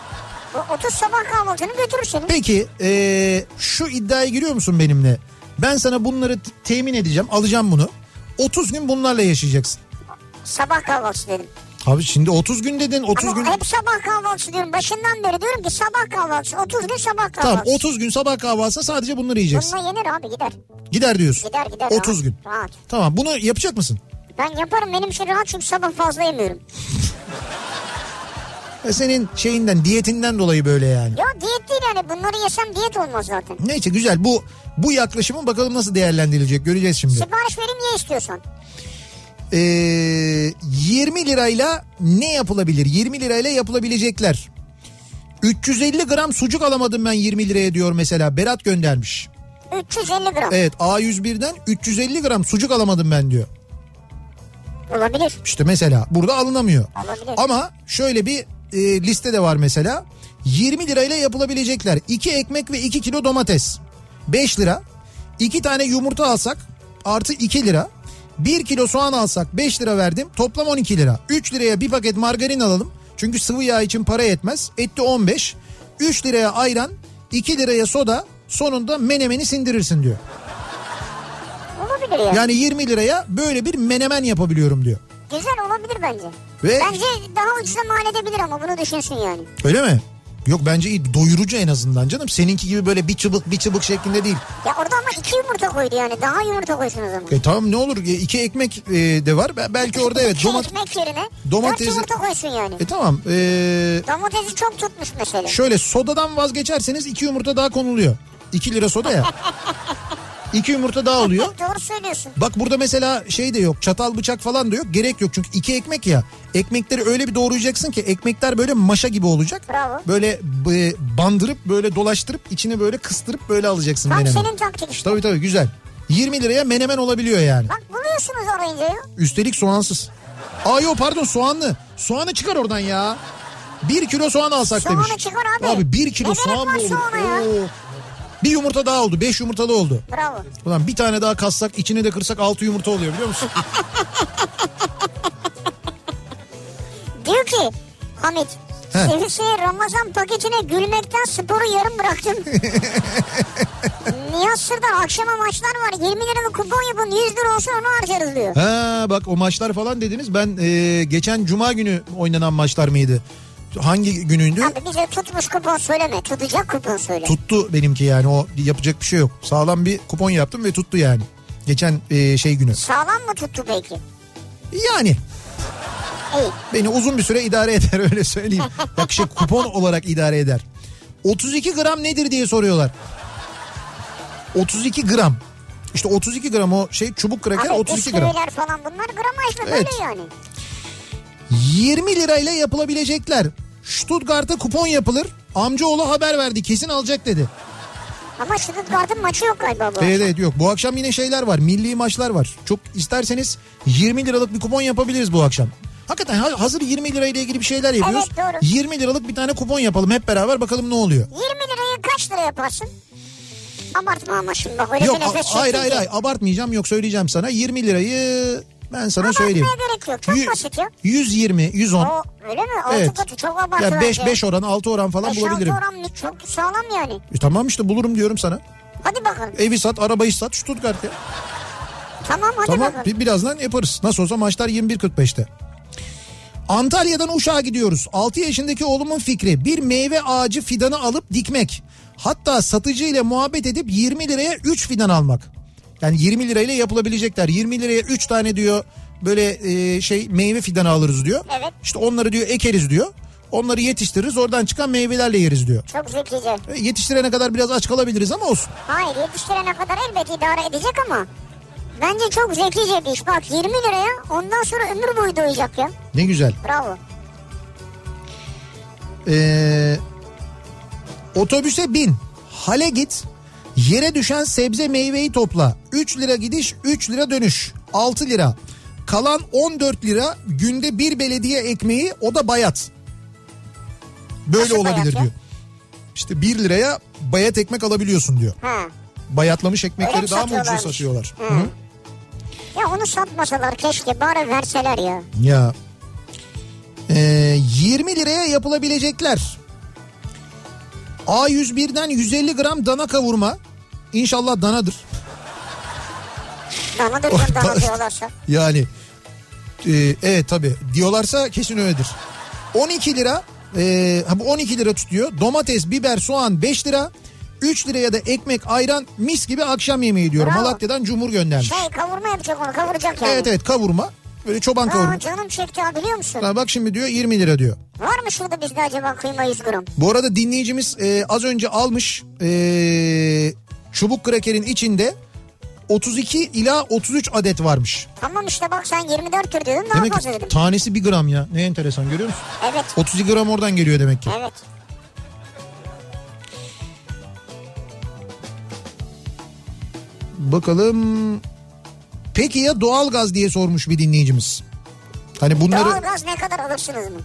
Bu 30 sabah kahvaltını götürürsün.
Peki eee, şu iddiaya giriyor musun benimle? Ben sana bunları t- temin edeceğim alacağım bunu. 30 gün bunlarla yaşayacaksın.
Sabah kahvaltısı dedim.
Abi şimdi 30 gün dedin 30
Ama
gün.
hep sabah kahvaltısı diyorum. Başından beri diyorum ki sabah kahvaltısı 30 gün sabah kahvaltısı.
Tamam 30 gün sabah kahvaltısına sadece bunları yiyeceksin.
Bununla yenir abi gider.
Gider diyorsun.
Gider gider.
30
rahat,
gün.
Rahat.
Tamam bunu yapacak mısın?
Ben yaparım benim için rahat çünkü sabah fazla yemiyorum.
E, Senin şeyinden diyetinden dolayı böyle yani.
Ya diyet değil yani bunları yesem diyet olmaz zaten.
Neyse güzel bu bu yaklaşımın bakalım nasıl değerlendirilecek göreceğiz şimdi.
Sipariş vereyim ye istiyorsan.
Ee, 20 lirayla ne yapılabilir? 20 lirayla yapılabilecekler. 350 gram sucuk alamadım ben 20 liraya diyor mesela Berat göndermiş.
350 gram.
Evet A101'den 350 gram sucuk alamadım ben diyor.
Olabilir.
İşte mesela burada alınamıyor.
Alabilir.
Ama şöyle bir e, liste de var mesela. 20 lirayla yapılabilecekler. 2 ekmek ve 2 kilo domates. 5 lira. 2 tane yumurta alsak artı 2 lira. 1 kilo soğan alsak 5 lira verdim toplam 12 lira. 3 liraya bir paket margarin alalım. Çünkü sıvı yağ için para yetmez. Etti 15. 3 liraya ayran 2 liraya soda sonunda menemeni sindirirsin diyor.
Olabilir ya.
Yani 20 liraya böyle bir menemen yapabiliyorum diyor.
Güzel olabilir bence.
Ve-
Bence daha ucuza mal edebilir ama bunu düşünsün yani.
Öyle mi? Yok bence iyi doyurucu en azından canım. Seninki gibi böyle bir çubuk bir çubuk şeklinde değil.
Ya orada ama iki yumurta koydu yani. Daha yumurta koysun o zaman.
E tamam ne olur e, iki ekmek e, de var. Be- Belki orada evet
İki
domat
Şey ekmek yerine
domatesi-
dört yumurta koysun yani.
E tamam. e,
Domatesi çok tutmuş mesela.
şöyle sodadan vazgeçerseniz iki yumurta daha konuluyor. 2 lira soda ya. İki yumurta daha oluyor.
Doğru söylüyorsun.
Bak burada mesela şey de yok çatal bıçak falan da yok gerek yok çünkü iki ekmek ya ekmekleri öyle bir doğrayacaksın ki ekmekler böyle maşa gibi olacak.
Bravo.
Böyle b- bandırıp böyle dolaştırıp içini böyle kıstırıp böyle alacaksın
Tam
menemeni.
senin taktik işte.
Tabii tabii güzel. 20 liraya menemen olabiliyor yani.
Bak buluyorsunuz orayınca ya.
Üstelik soğansız. Aa yok pardon soğanlı. Soğanı çıkar oradan ya. Bir kilo soğan alsak
Soğanı
demiş.
çıkar abi.
Abi bir kilo
Ne gerek
soğan
var
mı olur?
soğana ya?
Oo. Bir yumurta daha oldu. Beş yumurtalı oldu.
Bravo.
Ulan bir tane daha kassak içini de kırsak altı yumurta oluyor biliyor musun?
Diyor ki Hamit.
He.
Sevişeye Ramazan paketine gülmekten sporu yarım bıraktım. Nihat Sır'dan akşama maçlar var. 20 liralık kupon yapın 100 lira olsun onu harcarız diyor.
ha bak o maçlar falan dediniz. Ben e, geçen cuma günü oynanan maçlar mıydı? Hangi günüydü?
Abi bize tutmuş kupon söyleme. Tutacak kupon söyle.
Tuttu benimki yani o yapacak bir şey yok. Sağlam bir kupon yaptım ve tuttu yani. Geçen e, şey günü.
Sağlam mı tuttu peki?
Yani
İyi.
Beni uzun bir süre idare eder öyle söyleyeyim. Bak şey kupon olarak idare eder. 32 gram nedir diye soruyorlar. 32 gram. İşte 32 gram o şey çubuk kraker
Abi
32 gram.
bisküviler falan bunlar gramajlı
Evet.
böyle yani.
20 lirayla yapılabilecekler. Stuttgart'a kupon yapılır. Amcaoğlu haber verdi kesin alacak dedi. Ee,
Ama Stuttgart'ın maçı yok galiba bu.
Evet evet yok bu akşam yine şeyler var milli maçlar var. Çok isterseniz 20 liralık bir kupon yapabiliriz bu akşam. Hakikaten ha- hazır 20 lirayla ilgili bir şeyler yapıyoruz.
Evet, doğru.
20 liralık bir tane kupon yapalım hep beraber bakalım ne oluyor.
20 lirayı kaç lira yaparsın? Abartma ama şimdi bak öyle
Yok
bir nefes
a- hayır
çekti
hayır
ki.
hayır abartmayacağım yok söyleyeceğim sana 20 lirayı ben sana
Abartmaya
söyleyeyim.
gerek yok, çok
Yü-
basit ya.
120 110
O öyle mi? Altı
Evet.
katı çok abartı
ya 5
bence.
5 oran 6 oran falan
Beş, altı
bulabilirim.
oran ne- çok sağlam yani.
E, tamam işte bulurum diyorum sana.
Hadi bakalım.
Evi sat arabayı sat Stuttgart'te.
Tamam hadi
Tamam
bakalım.
bi- birazdan yaparız. Nasıl olsa maçlar 21.45'te. Antalya'dan Uşak'a gidiyoruz. 6 yaşındaki oğlumun fikri bir meyve ağacı fidanı alıp dikmek. Hatta satıcı ile muhabbet edip 20 liraya 3 fidan almak. Yani 20 lirayla yapılabilecekler. 20 liraya 3 tane diyor böyle e, şey meyve fidanı alırız diyor.
Evet.
İşte onları diyor ekeriz diyor. Onları yetiştiririz oradan çıkan meyvelerle yeriz diyor.
Çok zekice.
E, Yetiştirene kadar biraz aç kalabiliriz ama olsun.
Hayır yetiştirene kadar elbet idare edecek ama. Bence çok zekice bir iş. Bak 20 liraya ondan sonra ömür boyu doyacak ya.
Ne güzel.
Bravo.
Ee, otobüse bin. Hale git. Yere düşen sebze meyveyi topla. 3 lira gidiş 3 lira dönüş. 6 lira. Kalan 14 lira günde bir belediye ekmeği o da bayat. Böyle
Nasıl bayat
olabilir
ya?
diyor. İşte 1 liraya bayat ekmek alabiliyorsun diyor.
Ha.
Bayatlamış
Öyle mi
ekmekleri daha mı ucuza
satıyorlarmış? Hmm.
satıyorlar?
Hı. Ya onu satmasalar keşke bari verseler ya.
Ya. Ee, 20 liraya yapılabilecekler. A101'den 150 gram dana kavurma. İnşallah danadır.
Danadır canım dana diyorlarsa.
Yani e, evet tabi diyorlarsa kesin öyledir. 12 lira e, ha bu 12 lira tutuyor. Domates, biber, soğan 5 lira. 3 liraya da ekmek, ayran mis gibi akşam yemeği diyor.
Bravo.
Malatya'dan Cumhur göndermiş.
Şey kavurma yapacak onu kavuracak yani.
Evet evet kavurma. Böyle çoban kavurma.
Aa, canım çekti ha biliyor musun?
Ha, Bak şimdi diyor 20 lira diyor.
Var mı şurada bizde acaba kıyma 100 gram?
Bu arada dinleyicimiz e, az önce almış e, çubuk krakerin içinde 32 ila 33 adet varmış.
Tamam işte bak sen 24 tür diyordun daha
Demek
fazla
ki
dedim.
tanesi 1 gram ya. Ne enteresan görüyor musun?
Evet.
32 gram oradan geliyor demek ki.
Evet.
Bakalım. Peki ya doğalgaz diye sormuş bir dinleyicimiz. Hani bunları
Doğalgaz ne kadar alırsınız mı?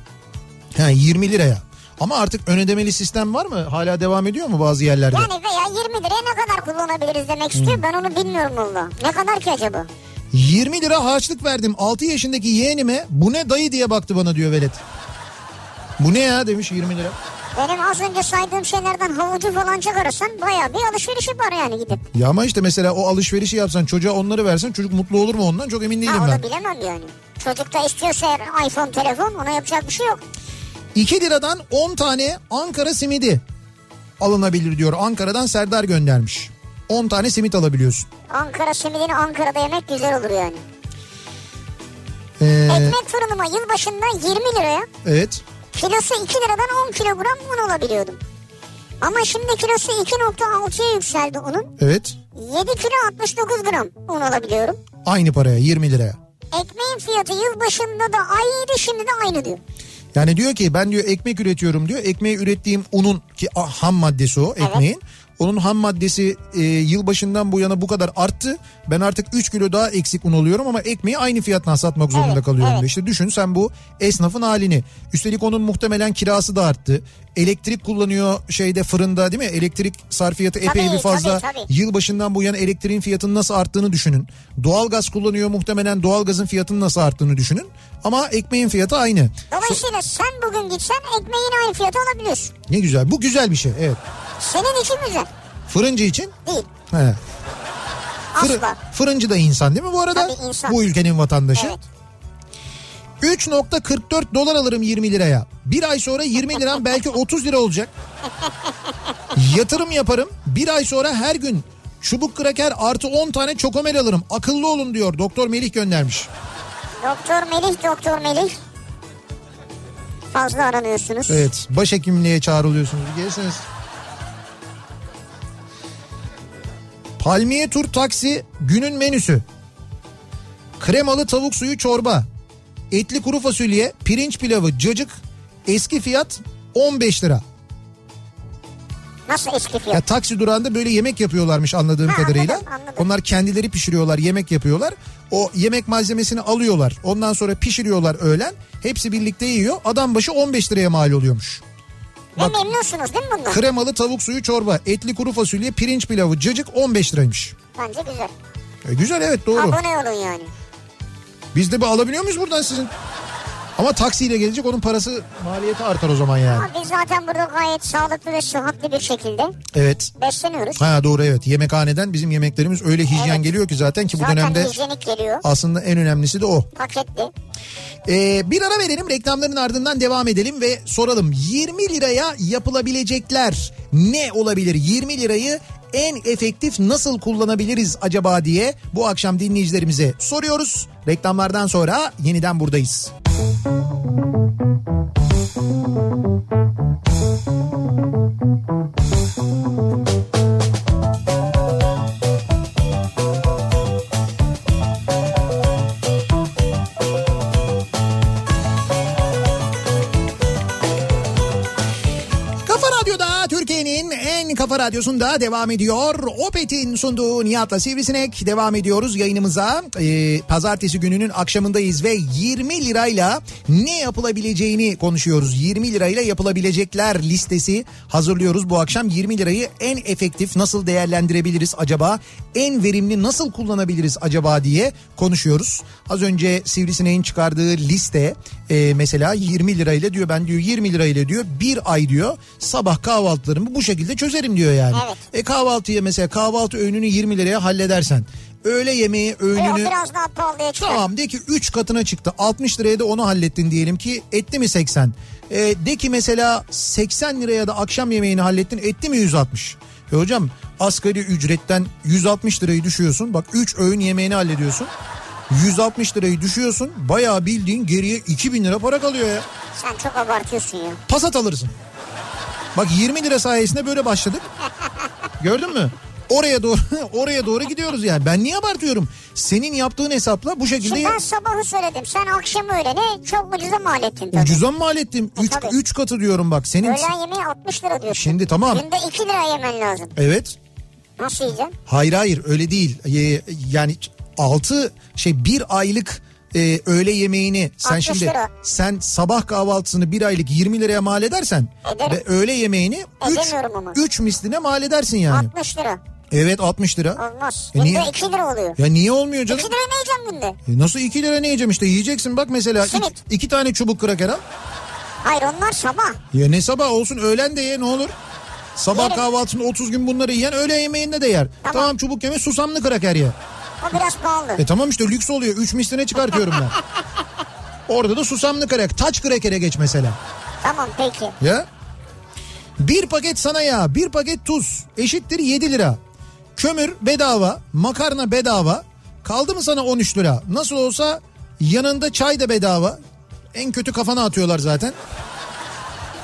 he, 20 liraya. Ama artık ön ödemeli sistem var mı? Hala devam ediyor mu bazı yerlerde?
Yani veya 20 liraya ne kadar kullanabiliriz demek istiyor. Ben onu bilmiyorum valla. Ne kadar ki acaba?
20 lira harçlık verdim 6 yaşındaki yeğenime bu ne dayı diye baktı bana diyor velet. Bu ne ya demiş 20 lira.
Benim az önce saydığım şeylerden havucu falan çıkarırsan bayağı bir alışveriş var yani gidip.
Ya ama işte mesela o alışverişi yapsan çocuğa onları versen çocuk mutlu olur mu ondan çok emin değilim
Ha onu
ben.
bilemem yani. Çocuk da istiyorsa eğer iPhone telefon ona yapacak bir şey yok.
2 liradan 10 tane Ankara simidi alınabilir diyor. Ankara'dan Serdar göndermiş. 10 tane simit alabiliyorsun.
Ankara simidini Ankara'da yemek güzel olur yani.
Ee,
Ekmek fırınıma yılbaşında 20 liraya
evet.
kilosu 2 liradan 10 kilogram un alabiliyordum. Ama şimdi kilosu 2.6'ya yükseldi unun.
Evet.
7 kilo 69 gram un alabiliyorum.
Aynı paraya 20 liraya.
Ekmeğin fiyatı yılbaşında da aynıydı şimdi de aynı diyor.
Yani diyor ki ben diyor ekmek üretiyorum diyor. Ekmeği ürettiğim unun ki a- ham maddesi o ekmeğin. Onun ham maddesi e, yılbaşından bu yana bu kadar arttı. Ben artık 3 kilo daha eksik un alıyorum ama ekmeği aynı fiyattan satmak zorunda
Evet,
kalıyorum.
evet.
İşte düşün sen bu esnafın halini. Üstelik onun muhtemelen kirası da arttı. Elektrik kullanıyor şeyde fırında değil mi? Elektrik sarfiyatı epey
Tabii,
bir fazla.
tabii, tabii.
Yılbaşından bu yana elektriğin fiyatının nasıl arttığını düşünün. Doğalgaz kullanıyor muhtemelen doğalgazın fiyatının nasıl arttığını düşünün. Ama ekmeğin fiyatı aynı.
Dolayısıyla sen bugün gitsen ekmeğin aynı fiyatı alabiliyorsun.
Ne güzel. Bu güzel bir şey. Evet.
Senin için güzel
Fırıncı için.
değil.
He. Fırı-
Asla.
fırıncı da insan değil mi bu arada?
Tabii insan.
Bu ülkenin vatandaşı.
Evet.
3.44 dolar alırım 20 liraya. Bir ay sonra 20 liram belki 30 lira olacak. Yatırım yaparım. Bir ay sonra her gün çubuk kraker artı 10 tane çokomel alırım. Akıllı olun diyor. Doktor Melih göndermiş.
Doktor Melih, Doktor Melih. Fazla aranıyorsunuz.
Evet. Başhekimliğe çağrılıyorsunuz. Bir Gelsiniz. Palmiye tur taksi günün menüsü. Kremalı tavuk suyu çorba. Etli kuru fasulye, pirinç pilavı, cacık. Eski fiyat 15 lira.
Nasıl eski
Ya
fiyat?
taksi durağında böyle yemek yapıyorlarmış anladığım
Ha,
kadarıyla.
anladım, anladım.
Onlar kendileri pişiriyorlar, yemek yapıyorlar. O yemek malzemesini alıyorlar. Ondan sonra pişiriyorlar öğlen. Hepsi birlikte yiyor. Adam başı 15 liraya mal oluyormuş.
Ve
bak-
E, memnunsunuz değil mi bundan?
Kremalı tavuk suyu çorba, etli kuru fasulye, pirinç pilavı, cacık 15 liraymış.
Bence güzel.
E, güzel evet doğru.
Abone olun yani.
Biz de bu alabiliyor muyuz buradan sizin? Ama taksiyle gelecek onun parası maliyeti artar o zaman yani.
Ama biz zaten burada gayet sağlıklı ve sıhhatli bir şekilde
Evet.
besleniyoruz.
Ha doğru evet. Yemekhaneden bizim yemeklerimiz öyle hijyen
Evet.
geliyor ki zaten ki bu
zaten
dönemde
hijyenik geliyor.
aslında en önemlisi de o.
Paketli.
Ee, bir ara verelim reklamların ardından devam edelim ve soralım 20 liraya yapılabilecekler ne olabilir? 20 lirayı en efektif nasıl kullanabiliriz acaba diye bu akşam dinleyicilerimize soruyoruz. Reklamlardan sonra yeniden buradayız. Kafa Radyo'da Türkiye'nin en kafa radyosunda devam ediyor. Opet'in sunduğu Nihat'la Sivrisinek devam ediyoruz yayınımıza. Ee, pazartesi gününün akşamındayız ve 20 lirayla ne yapılabileceğini konuşuyoruz. 20 lirayla yapılabilecekler listesi hazırlıyoruz bu akşam. 20 lirayı en efektif nasıl değerlendirebiliriz acaba? En verimli nasıl kullanabiliriz acaba diye konuşuyoruz. Az önce Sivrisinek'in çıkardığı liste e, mesela 20 lirayla diyor ben diyor 20 lirayla diyor bir ay diyor sabah kahvaltılarımı bu şekilde çözerim diyor yani.
Evet.
E kahvaltıya mesela kahvaltı öğününü 20 liraya halledersen öğle yemeği
Ve E, o
öğününü
biraz daha pahalıya çıkar.
Tamam de ki 3 katına çıktı. 60 liraya da onu hallettin diyelim ki etti mi 80? Ee, de ki mesela 80 liraya da akşam yemeğini hallettin etti mi 160? E hocam asgari ücretten 160 lirayı düşüyorsun. Bak 3 öğün yemeğini hallediyorsun. 160 lirayı düşüyorsun. Bayağı bildiğin geriye 2000 lira para kalıyor ya.
Sen çok abartıyorsun ya.
Pasat alırsın. Bak 20 lira sayesinde böyle başladık. Gördün mü? Oraya doğru oraya doğru gidiyoruz yani. Ben niye abartıyorum? Senin yaptığın hesapla bu şekilde
Şimdi ben sabahı söyledim. Sen akşam öğlene çok ucuza mal ettin tabii.
Ucuza mı mal ettim?
E,
3
tabii.
3 katı diyorum bak. Senin
Öğlen yemeği 60 lira diyorsun.
Şimdi tamam.
Günde 2 lira yemen lazım.
Evet.
Nasıl yiyeceksin?
Hayır hayır öyle değil. Ee, Yani 6 şey 1 aylık e, öğle yemeğini sen
60
şimdi
lira.
sen sabah kahvaltısını bir aylık 20 liraya mal edersen
Ederim.
ve öğle yemeğini
Edemiyorum ama.
3 misline mal edersin yani.
60 lira.
Evet 60 lira.
Olmaz.
E niye?
Günde 2 lira oluyor.
Ya niye olmuyor canım?
2 lira ne yiyeceğim günde?
E Nasıl 2 lira ne yiyeceğim işte yiyeceksin bak mesela iki,
Simit.
iki tane çubuk kraker al.
Hayır onlar sabah.
Ya ne sabah olsun öğlen de ye ne olur. Sabah
Yerim.
kahvaltında 30 gün bunları yiyen öğle yemeğinde de yer. Tamam,
Tamam.
çubuk yeme susamlı kraker ye.
O biraz pahalı.
E tamam işte lüks oluyor 3 misline çıkartıyorum ben. Orada da susamlı kraker taç krakere geç mesela.
Tamam peki.
Ya. Bir paket sana yağ, bir paket tuz eşittir 7 lira. Kömür bedava, makarna bedava. Kaldı mı sana 13 lira? Nasıl olsa yanında çay da bedava. En kötü kafana atıyorlar zaten.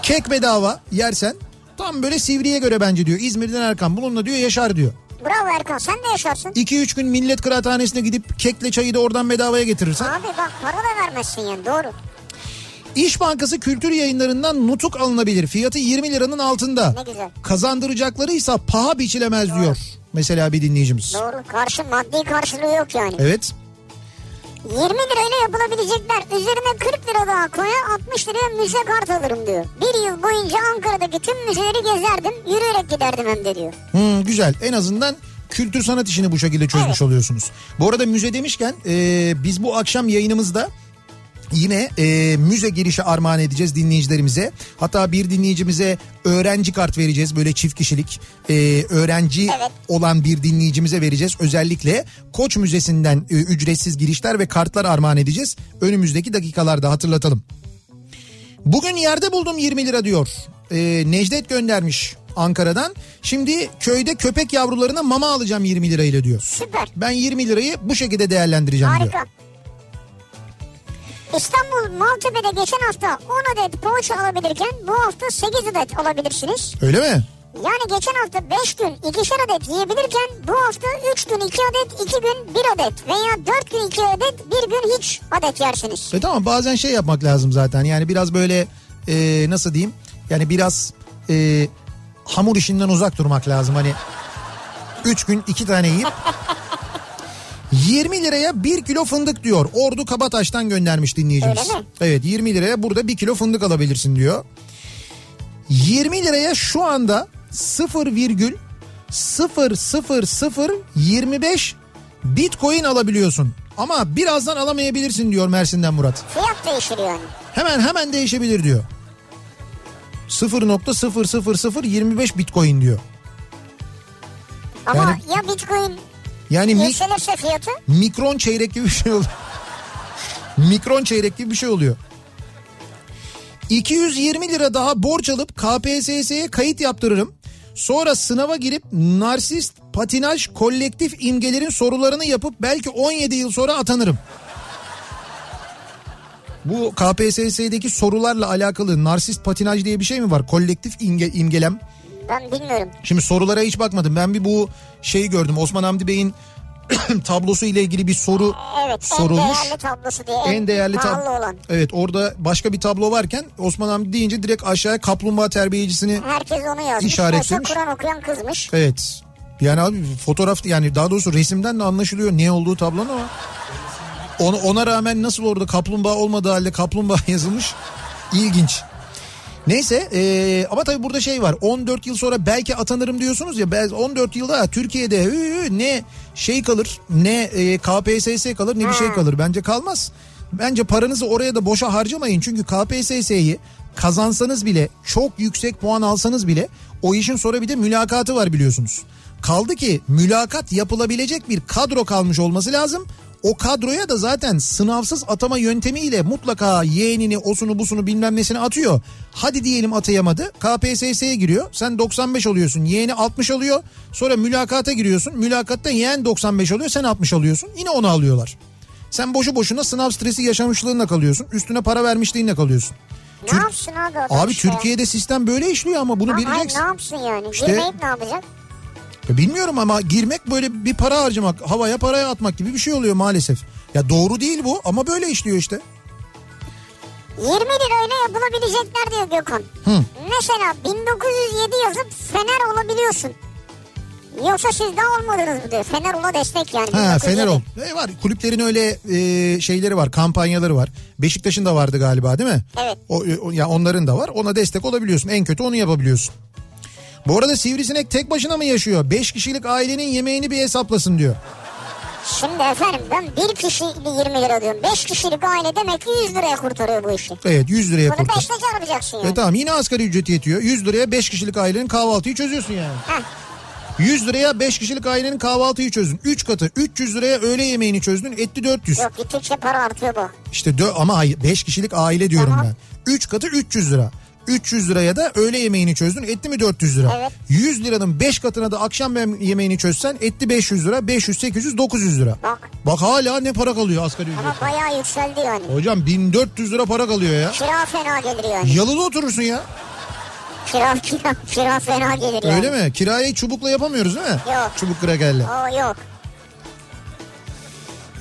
Kek bedava yersen. Tam böyle sivriye göre bence diyor. İzmir'den Erkan bununla diyor yaşar diyor.
Bravo Erkan sen de yaşarsın.
2-3 gün millet kıraathanesine gidip kekle çayı da oradan bedavaya getirirsen.
Abi bak para da vermezsin yani doğru.
İş Bankası kültür yayınlarından nutuk alınabilir. Fiyatı 20 liranın altında.
Ne güzel.
Kazandıracaklarıysa paha biçilemez diyor. Mesela bir dinleyicimiz.
Doğru karşı maddi karşılığı yok yani.
Evet.
20 lirayla yapılabilecekler. Üzerine 40 lira daha koya 60 liraya müze kart alırım diyor. Bir yıl boyunca Ankara'daki tüm müzeleri gezerdim. Yürüyerek giderdim hem de diyor.
Hmm, güzel. En azından kültür sanat işini bu şekilde çözmüş
Evet.
oluyorsunuz. Bu arada müze demişken e, biz bu akşam yayınımızda Yine e, müze girişi armağan edeceğiz dinleyicilerimize. Hatta bir dinleyicimize öğrenci kart vereceğiz. Böyle çift kişilik e, öğrenci
Evet.
olan bir dinleyicimize vereceğiz. Özellikle Koç Müzesi'nden e, ücretsiz girişler ve kartlar armağan edeceğiz. Önümüzdeki dakikalarda hatırlatalım. Bugün yerde buldum 20 lira diyor. Ee, Necdet göndermiş Ankara'dan. Şimdi köyde köpek yavrularına mama alacağım 20 lirayla diyor.
Süper.
Ben 20 lirayı bu şekilde değerlendireceğim diyor.
Harika. İstanbul Maltepe'de geçen hafta 10 adet poğaça alabilirken bu hafta 8 adet alabilirsiniz.
Öyle mi?
Yani geçen hafta 5 gün 2'şer adet yiyebilirken bu hafta 3 gün 2 adet, 2 gün 1 adet veya 4 gün 2 adet, 1 gün hiç adet yersiniz.
E tamam bazen şey yapmak lazım zaten. Yani biraz böyle e, nasıl diyeyim? Yani biraz e, hamur işinden uzak durmak lazım. Hani 3 gün 2 tane yiyip 20 liraya 1 kilo fındık diyor. Ordu Kabataş'tan göndermiş dinleyicimiz.
Öyle mi?
Evet 20 liraya burada 1 kilo fındık alabilirsin diyor. 20 liraya şu anda 0,00025 bitcoin alabiliyorsun. Ama birazdan alamayabilirsin diyor Mersin'den Murat.
Fiyat değişir yani.
Hemen hemen değişebilir diyor. 0.00025 bitcoin diyor.
Ama
Yani-
ya bitcoin
Yani mi-
yükselirse fiyatı
mikron çeyrek gibi bir şey oluyor. mikron çeyrek gibi bir şey oluyor. 220 lira daha borç alıp KPSS'ye kayıt yaptırırım. Sonra sınava girip narsist patinaj kolektif imgelerin sorularını yapıp belki 17 yıl sonra atanırım. Bu KPSS'deki sorularla alakalı narsist patinaj diye bir şey mi var? Kolektif imge, imgelem.
ben bilmiyorum.
Şimdi sorulara hiç bakmadım. Ben bir bu şeyi gördüm. Osman Hamdi Bey'in tablosu ile ilgili bir soru
Evet en
sorulmuş.
değerli tablosu diye
En değerli
pahalı
tablo.
olan.
Evet orada başka bir tablo varken Osman Hamdi deyince direkt aşağıya kaplumbağa terbiyecisini
Herkes onu yazmış.
İşaretlemiş.
Oysa Kur'an okuyan kızmış.
evet. Yani abi fotoğraf yani daha doğrusu resimden de anlaşılıyor ne olduğu tablonun ama ona, ona rağmen nasıl orada kaplumbağa olmadığı halde kaplumbağa yazılmış ilginç. Neyse eee, ama tabii burada şey var 14 yıl sonra belki atanırım diyorsunuz ya ben 14 yılda Türkiye'de hü hü ne şey kalır ne e, eee, KPSS kalır ne bir şey kalır bence kalmaz. Bence paranızı oraya da boşa harcamayın çünkü KPSS'yi kazansanız bile çok yüksek puan alsanız bile o işin sonra bir de mülakatı var biliyorsunuz. Kaldı ki mülakat yapılabilecek bir kadro kalmış olması lazım. O kadroya da zaten sınavsız atama yöntemiyle mutlaka yeğenini, osunu, busunu bilmem nesini atıyor. Hadi diyelim atayamadı. KPSS'ye giriyor. Sen 95 oluyorsun. Yeğeni 60 alıyor. Sonra mülakata giriyorsun. Mülakatta yeğen 95 oluyor. Sen 60 alıyorsun. Yine onu alıyorlar. Sen boşu boşuna sınav stresi yaşamışlığınla kalıyorsun. Üstüne para vermişliğinle kalıyorsun.
Ne
Türk-
yapsın abi o da
Abi
işte.
Türkiye'de sistem böyle işliyor ama bunu
Abi hayır,
bileceksin.
ne yapsın yani?
İşte-
Girmeyip ne yapacak?
Ya E, Bilmiyorum ama girmek böyle bir para harcamak, havaya paraya atmak gibi bir şey oluyor maalesef. Ya doğru değil bu ama böyle işliyor işte.
20 lirayla yapılabilecekler diyor Gökhan.
Hı.
Mesela 1907 yazıp Fener olabiliyorsun. Yoksa siz daha olmadınız mı diyor. Fener ola destek yani.
Ha
1907.
Fener ol. E var kulüplerin öyle e, şeyleri var, kampanyaları var. Beşiktaş'ın da vardı galiba değil mi?
Evet.
O, e, o- ya onların da var. Ona destek olabiliyorsun. En kötü onu yapabiliyorsun. Bu arada sivrisinek tek başına mı yaşıyor? 5 kişilik ailenin yemeğini bir hesaplasın diyor.
Şimdi efendim ben bir kişi 20 lira diyorum. 5 kişilik aile demek ki 100 liraya kurtarıyor bu işi.
Evet 100 liraya
Bunu
kurtar.
5'te çarpacaksın yani.
E tamam yine asgari ücret yetiyor. 100 liraya 5 kişilik ailenin kahvaltıyı çözüyorsun yani.
Heh.
100 liraya 5 kişilik ailenin kahvaltıyı çözdün. 3 katı 300 liraya öğle yemeğini çözdün. Etti 400.
Yok gittikçe para artıyor bu.
İşte dö- ama hayır 5 kişilik aile diyorum
Tamam.
ben. 3 katı 300 lira. 300 liraya da öğle yemeğini çözdün etti mi 400 lira.
Evet.
100 liranın 5 katına da akşam yem- yemeğini çözsen etti 500 lira. 500, 800, 900 lira.
Bak.
Bak hala ne para kalıyor asgari ücret.
Ama bayağı yükseldi yani.
Hocam 1400 lira para kalıyor ya.
Kira fena gelir yani.
Yalıda oturursun ya.
Kira, kira, kira fena gelir yani.
Öyle mi? Kirayı çubukla yapamıyoruz değil mi?
Yok.
Çubuk krakelle.
Oo yok.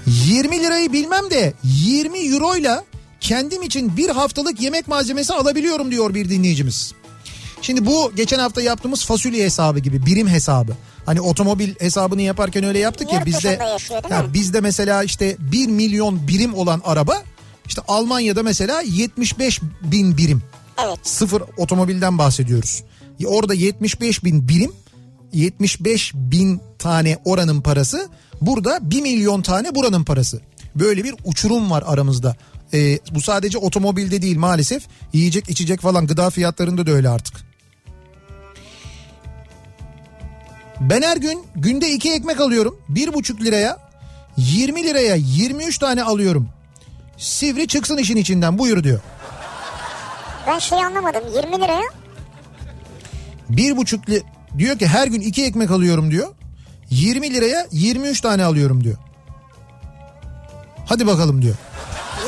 20 lirayı bilmem de 20 euroyla kendim için bir haftalık yemek malzemesi alabiliyorum diyor bir dinleyicimiz. Şimdi bu geçen hafta yaptığımız fasulye hesabı gibi birim hesabı. Hani otomobil hesabını yaparken öyle yaptık ya
Yurt
bizde
dışında yaşıyor, değil mi?
ya bizde mesela işte 1 milyon birim olan araba işte Almanya'da mesela 75 bin birim.
Evet.
sıfır otomobilden bahsediyoruz. Ya Orada 75 bin birim 75 bin tane oranın parası burada 1 milyon tane buranın parası. Böyle bir uçurum var aramızda. Ee, bu sadece otomobilde değil maalesef yiyecek içecek falan gıda fiyatlarında da öyle artık. Ben her gün günde iki ekmek alıyorum. Bir buçuk liraya 20 liraya 23 tane alıyorum. Sivri çıksın işin içinden buyur diyor.
Ben şey anlamadım. 20 liraya
Bir buçuk li- diyor ki her gün iki ekmek alıyorum diyor. 20 liraya 23 tane alıyorum diyor. Hadi bakalım diyor.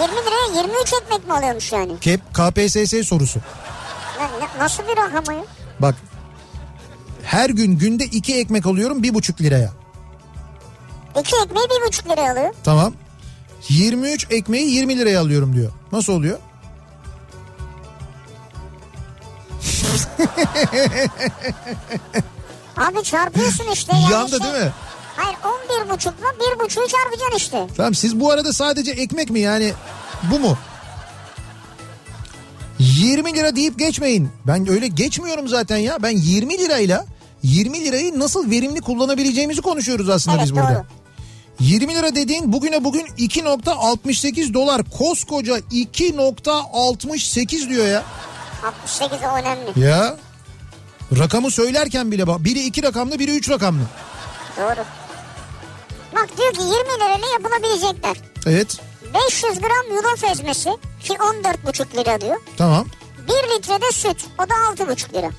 20 liraya 23 ekmek mi alıyormuş yani?
Kep KPSS sorusu.
Na- na- nasıl bir rakam o ya?
Bak her gün günde iki ekmek alıyorum bir buçuk liraya.
İki ekmeği bir buçuk liraya alıyor.
Tamam. 23 ekmeği 20 liraya alıyorum diyor. Nasıl oluyor?
Abi çarpıyorsun işte. Yani
Yandı
şey-
değil mi?
Hayır 11 buçukla bir buçuğu çarpacaksın işte.
Tamam siz bu arada sadece ekmek mi yani bu mu? 20 lira deyip geçmeyin. Ben öyle geçmiyorum zaten ya. Ben 20 lirayla 20 lirayı nasıl verimli kullanabileceğimizi konuşuyoruz aslında
Evet,
biz burada.
doğru.
20 lira dediğin bugüne bugün 2.68 dolar. Koskoca 2.68 diyor ya.
68 o önemli.
Ya. Rakamı söylerken bile bak. Biri 2 rakamlı biri 3 rakamlı.
Doğru. Bak diyor ki 20 lirayla yapılabilecekler.
Evet.
500 gram yulaf ezmesi ki 14,5 lira diyor.
Tamam.
1 litre de süt o da 6,5 lira.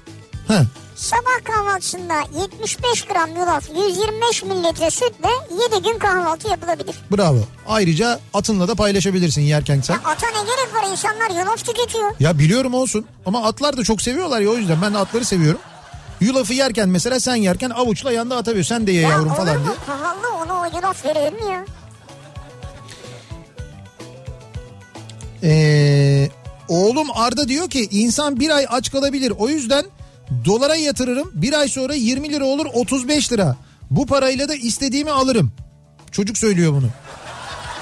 Heh.
Sabah kahvaltısında 75 gram yulaf 125 mililitre sütle 7 gün kahvaltı yapılabilir.
Bravo. Ayrıca atınla da paylaşabilirsin yerken sen.
Ya ata ne gerek var insanlar yulaf tüketiyor.
Ya biliyorum olsun ama atlar da çok seviyorlar ya o yüzden ben de atları seviyorum. Yulafı yerken mesela sen yerken avuçla yanda atabiliyor. Sen de ye
Ya
yavrum
olur
falan
mu?
diye.
Pahalı ona o yulaf verilir mi ya?
Ee, oğlum Arda diyor ki insan bir ay aç kalabilir. O yüzden dolara yatırırım. Bir ay sonra 20 lira olur 35 lira. Bu parayla da istediğimi alırım. Çocuk söylüyor bunu.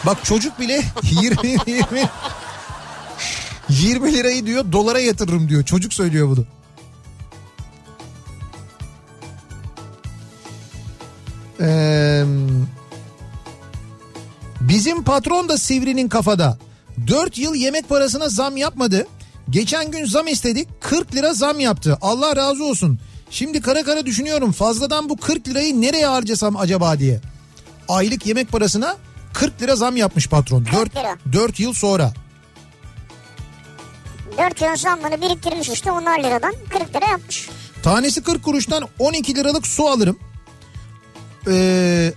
Bak çocuk bile 20, 20, 20 lirayı diyor dolara yatırırım diyor. Çocuk söylüyor bunu. Eee... Bizim patron da sivrinin kafada. 4 yıl yemek parasına zam yapmadı. Geçen gün zam istedik 40 lira zam yaptı. Allah razı olsun. Şimdi kara kara düşünüyorum fazladan bu 40 lirayı nereye harcasam acaba diye. Aylık yemek parasına 40 lira zam yapmış patron. 4,
lira.
4 yıl sonra.
4 yıl zammını biriktirmiş işte 10 liradan 40 lira yapmış.
Tanesi 40 kuruştan 12 liralık su alırım. Ee,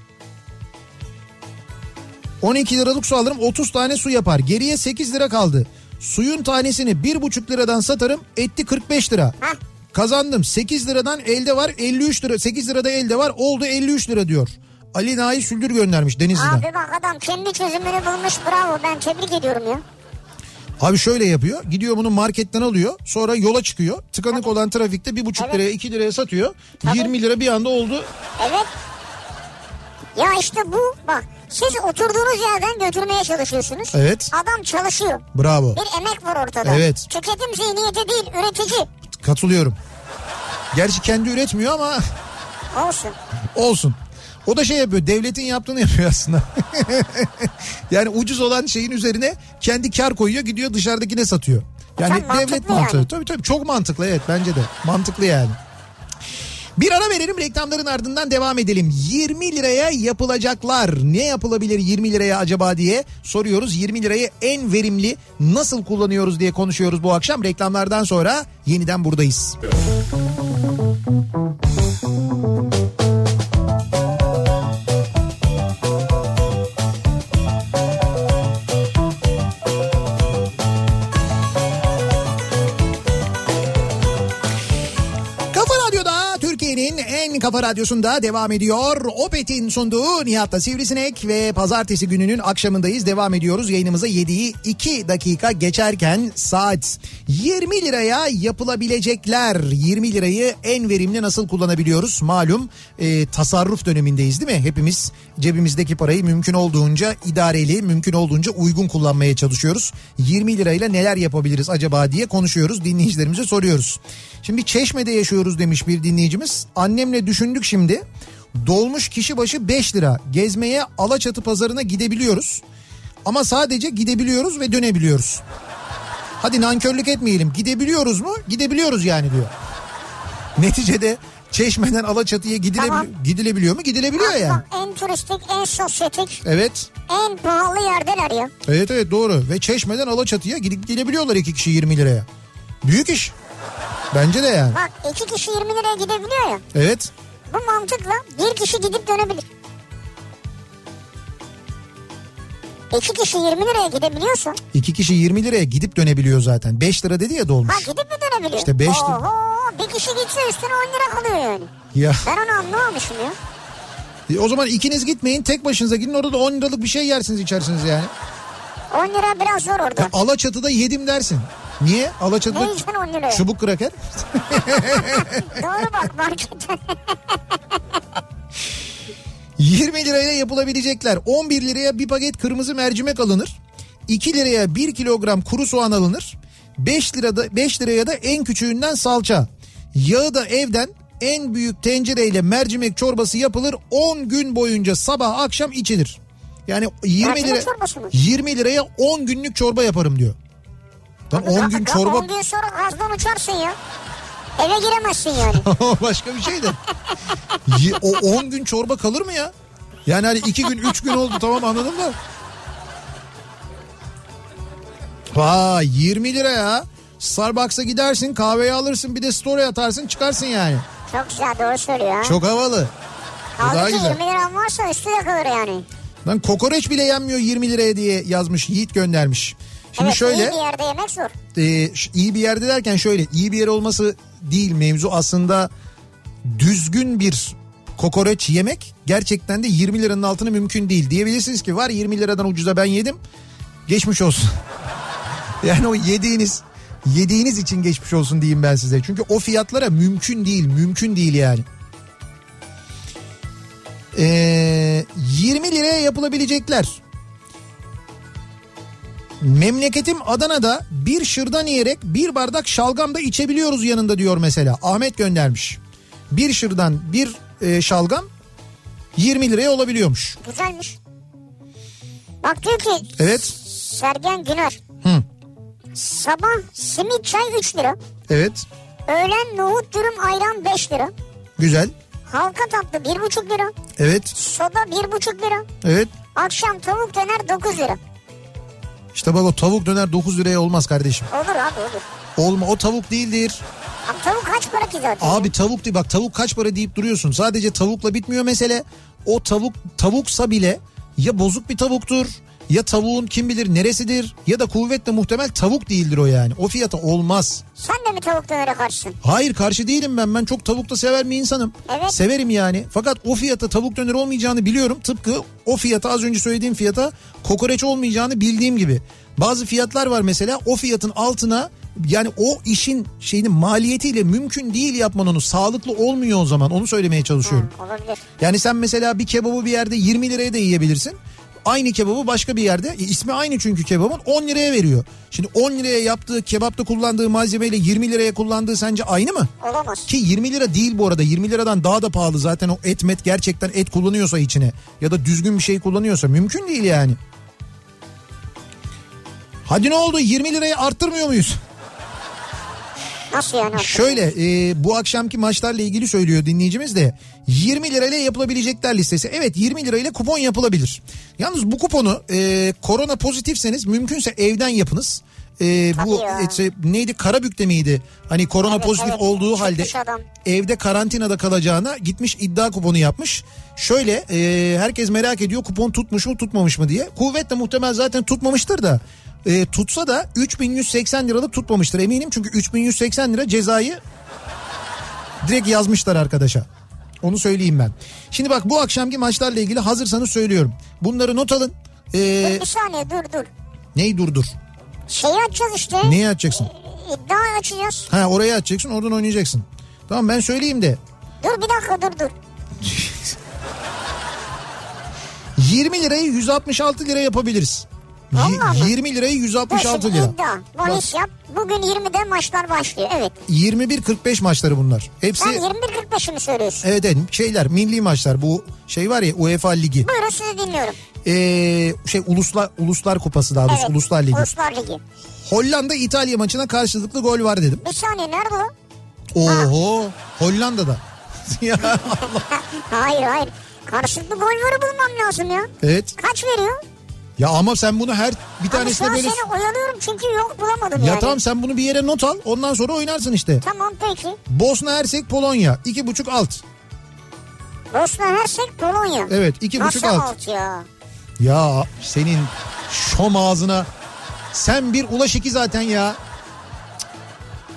12 liralık su alırım 30 tane su yapar. Geriye 8 lira kaldı. Suyun tanesini 1,5 liradan satarım etti 45 lira.
Hah.
Kazandım 8 liradan elde var 53 lira 8 lirada elde var oldu 53 lira diyor. Ali Nail Süldür göndermiş Denizli'den.
Abi bak adam kendi çözümünü bulmuş bravo ben tebrik ediyorum ya.
Abi şöyle yapıyor. Gidiyor bunu marketten alıyor. Sonra yola çıkıyor. Tıkanık olan trafikte 1,5
Evet.
liraya 2 liraya satıyor.
Tabii.
20 lira bir anda oldu.
Evet. Ya işte bu bak siz oturduğunuz yerden götürmeye çalışıyorsunuz.
Evet.
Adam çalışıyor.
Bravo.
Bir emek var ortada.
Evet.
Tüketim zihniyeti değil üretici.
Katılıyorum. Gerçi kendi üretmiyor ama
Olsun.
olsun. O da şey yapıyor devletin yaptığını yapıyor aslında. yani ucuz olan şeyin üzerine kendi kar koyuyor gidiyor dışarıdakine satıyor. Yani
Çok mantıklı
devlet mantığı.
yani.
Tabii tabii çok mantıklı evet bence de mantıklı yani. Bir ara verelim reklamların ardından devam edelim. 20 liraya yapılacaklar ne yapılabilir 20 liraya acaba diye soruyoruz. 20 lirayı en verimli nasıl kullanıyoruz diye konuşuyoruz bu akşam. Reklamlardan sonra yeniden buradayız. Kafa Radyo'da Türkiye'nin en kafa radyosunda devam ediyor. Opet'in sunduğu Nihat'la Sivrisinek ve pazartesi gününün akşamındayız. Devam ediyoruz yayınımıza 7'yi 2 dakika geçerken saat 20 liraya yapılabilecekler. 20 lirayı en verimli nasıl kullanabiliyoruz? Malum e, tasarruf dönemindeyiz değil mi? Hepimiz cebimizdeki parayı mümkün olduğunca idareli, mümkün olduğunca uygun kullanmaya çalışıyoruz. 20 lirayla neler yapabiliriz acaba diye konuşuyoruz. Dinleyicilerimize soruyoruz. Şimdi Çeşme'de yaşıyoruz demiş bir dinleyicimiz. Annemle düşündük şimdi. Dolmuş kişi başı 5 lira. Gezmeye Alaçatı pazarına gidebiliyoruz. Ama sadece gidebiliyoruz ve dönebiliyoruz. Hadi nankörlük etmeyelim. Gidebiliyoruz mu? Gidebiliyoruz yani diyor. Neticede Çeşme'den Alaçatı'ya gidile-
Tamam.
gidilebiliyor mu? Gidilebiliyor yani.
Bak, en turistik, en sosyetik,
Evet.
en pahalı yerdeler ya.
Evet evet doğru. Ve Çeşme'den Alaçatı'ya gidip gidebiliyorlar iki kişi 20 liraya. Büyük iş. Bence de yani.
Bak iki kişi 20 liraya gidebiliyor ya.
Evet.
Bu mantıkla bir kişi gidip dönebilir. İki kişi 20 liraya gidebiliyorsun.
İki kişi 20 liraya gidip dönebiliyor zaten. 5 lira dedi ya dolmuş.
Ha gidip mi dönebiliyor?
İşte beş lira.
Oho bir kişi gitse üstüne 10 lira kalıyor yani.
Ya
Ben onu anlamamışım ya.
e, o zaman ikiniz gitmeyin tek başınıza gidin orada da 10 liralık bir şey yersiniz içersiniz yani.
10 lira biraz zor orada.
Ya, Alaçatı'da yedim dersin. Niye? Alaçatı'da
Ne içtin 10 liraya?
çubuk kraker.
Doğru bak marketten.
20 liraya yapılabilecekler. 11 liraya bir paket kırmızı mercimek alınır. 2 liraya 1 kilogram kuru soğan alınır. 5 lirada 5 liraya da en küçüğünden salça. Yağı da evden en büyük tencereyle mercimek çorbası yapılır. 10 gün boyunca sabah akşam içilir. Yani 20
Mercimek
lira
çorbası mı?
20 liraya 10 günlük çorba yaparım diyor. Lan 10 gün
Ya,
çorba
10 gün sonra gazdan uçarsın ya. Eve giremezsin yani.
O başka bir şey de. Ye- o 10 gün çorba kalır mı ya? Yani hani 2 gün 3 gün oldu tamam anladım da. Vay 20 lira ya. Starbucks'a gidersin kahveyi alırsın bir de story atarsın çıkarsın yani.
Çok güzel doğru söylüyor ha.
Çok havalı.
Halbuki
daha güzel.
20 liram varsa üstü de kalır yani.
Lan kokoreç bile yenmiyor 20 liraya diye yazmış Yiğit göndermiş. Şimdi
evet
şöyle.
iyi bir yerde yemek zor.
e, ş- iyi bir yerde derken şöyle iyi bir yer olması değil mevzu aslında düzgün bir kokoreç yemek gerçekten de 20 liranın altını mümkün değil. Diyebilirsiniz ki var 20 liradan ucuza ben yedim geçmiş olsun. yani o yediğiniz yediğiniz için geçmiş olsun diyeyim ben size. Çünkü o fiyatlara mümkün değil mümkün değil yani. Ee, 20 liraya yapılabilecekler. Memleketim Adana'da bir şırdan yiyerek bir bardak şalgam da içebiliyoruz yanında diyor mesela. Ahmet göndermiş. Bir şırdan bir e, şalgam 20 liraya olabiliyormuş.
Güzelmiş. Bak diyor ki
Evet.
Sergen Güner.
E- Hı.
Sabah simit çay 3 lira.
Evet.
Öğlen nohut dürüm ayran 5 lira.
Güzel.
Halka tatlı 1,5 lira.
Evet.
Soda 1,5 lira.
Evet.
Akşam tavuk döner 9 lira.
İşte bak o tavuk döner 9 liraya olmaz kardeşim.
Olur abi olur.
Olma o tavuk değildir.
Abi tavuk kaç para ki zaten?
Abi tavuk değil bak tavuk kaç para deyip duruyorsun. Sadece tavukla bitmiyor mesele. O tavuk tavuksa bile ya bozuk bir tavuktur ya tavuğun kim bilir neresidir ya da kuvvetle muhtemel tavuk değildir o yani. O fiyata olmaz.
Sen de mi tavuk dönere karşısın?
Hayır karşı değilim ben. Ben çok tavuk da sever bir insanım.
Evet.
Severim yani. Fakat o fiyata tavuk döner olmayacağını biliyorum. Tıpkı o fiyata az önce söylediğim fiyata kokoreç olmayacağını bildiğim gibi. Bazı fiyatlar var mesela o fiyatın altına yani o işin şeyinin maliyetiyle mümkün değil yapman onu. Sağlıklı olmuyor o zaman onu söylemeye çalışıyorum.
Olabilir.
Yani sen mesela bir kebabı bir yerde 20 liraya da yiyebilirsin. Aynı kebabı başka bir yerde e, ismi aynı çünkü kebabın 10 liraya veriyor. Şimdi 10 liraya yaptığı kebapta kullandığı malzemeyle 20 liraya kullandığı sence aynı mı?
Olamaz.
Ki 20 lira değil bu arada 20 liradan daha da pahalı zaten o et met gerçekten et kullanıyorsa içine ya da düzgün bir şey kullanıyorsa mümkün değil yani. Hadi ne oldu 20 liraya arttırmıyor muyuz?
Nasıl yani?
Şöyle e, bu akşamki maçlarla ilgili söylüyor dinleyicimiz de 20 lirayla yapılabilecekler listesi. Evet 20 lirayla kupon yapılabilir. Yalnız bu kuponu e, korona pozitifseniz mümkünse evden yapınız. E, bu
Tabii ya.
işte neydi Karabük'te miydi? Hani korona
Evet,
pozitif
evet.
olduğu
Çıkmış
halde
adam.
evde karantinada kalacağına gitmiş iddia kuponu yapmış. Şöyle e, herkes merak ediyor kupon tutmuş mu tutmamış mı diye. Kuvvetle muhtemel zaten tutmamıştır da. E, tutsa da 3180 liralık tutmamıştır eminim. Çünkü 3180 lira cezayı direkt yazmışlar arkadaşa. Onu söyleyeyim ben. Şimdi bak bu akşamki maçlarla ilgili hazırsanız söylüyorum. Bunları not alın. E,
Bir saniye dur dur.
neyi durdur?
Şeyi açacağız işte.
Neyi açacaksın?
İddia açacağız.
Ha oraya açacaksın oradan oynayacaksın. Tamam ben söyleyeyim de.
Dur bir dakika dur dur.
20 lirayı 166 lira yapabiliriz. Y-
Vallahi mi?
20 lirayı
Dur
166
şimdi
lira.
iddia. Bahis yap. Bugün 20'de maçlar başlıyor. Evet.
21.45 maçları bunlar. Hepsi
Sen 21.45'i mi söylüyorsun?
evet, evet şeyler milli maçlar bu şey var ya UEFA Ligi.
Buyurun sizi dinliyorum.
Ee, şey Uluslar Uluslar Kupası daha doğrusu
Evet.
Uluslar Ligi.
Uluslar Ligi.
Hollanda İtalya maçına karşılıklı gol var dedim.
Bir saniye nerede o?
Oho Hollanda'da. Ya,
Hayır hayır. Karşılıklı gol varı bulmam lazım ya.
evet.
Kaç veriyor?
Ya ama sen bunu her bir
Abi şu
tanesine
an
böyle
seni oyalıyorum çünkü yok bulamadım
Ya
yani.
tamam sen bunu bir yere not al. Ondan sonra oynarsın işte.
Tamam peki.
Bosna Hersek Polonya 2.5 alt.
Bosna Hersek Polonya.
Evet, iki buçuk
Nasıl
alt.
alt ya?
Ya senin şom ağzına sen bir ulaş iki zaten ya. Cık.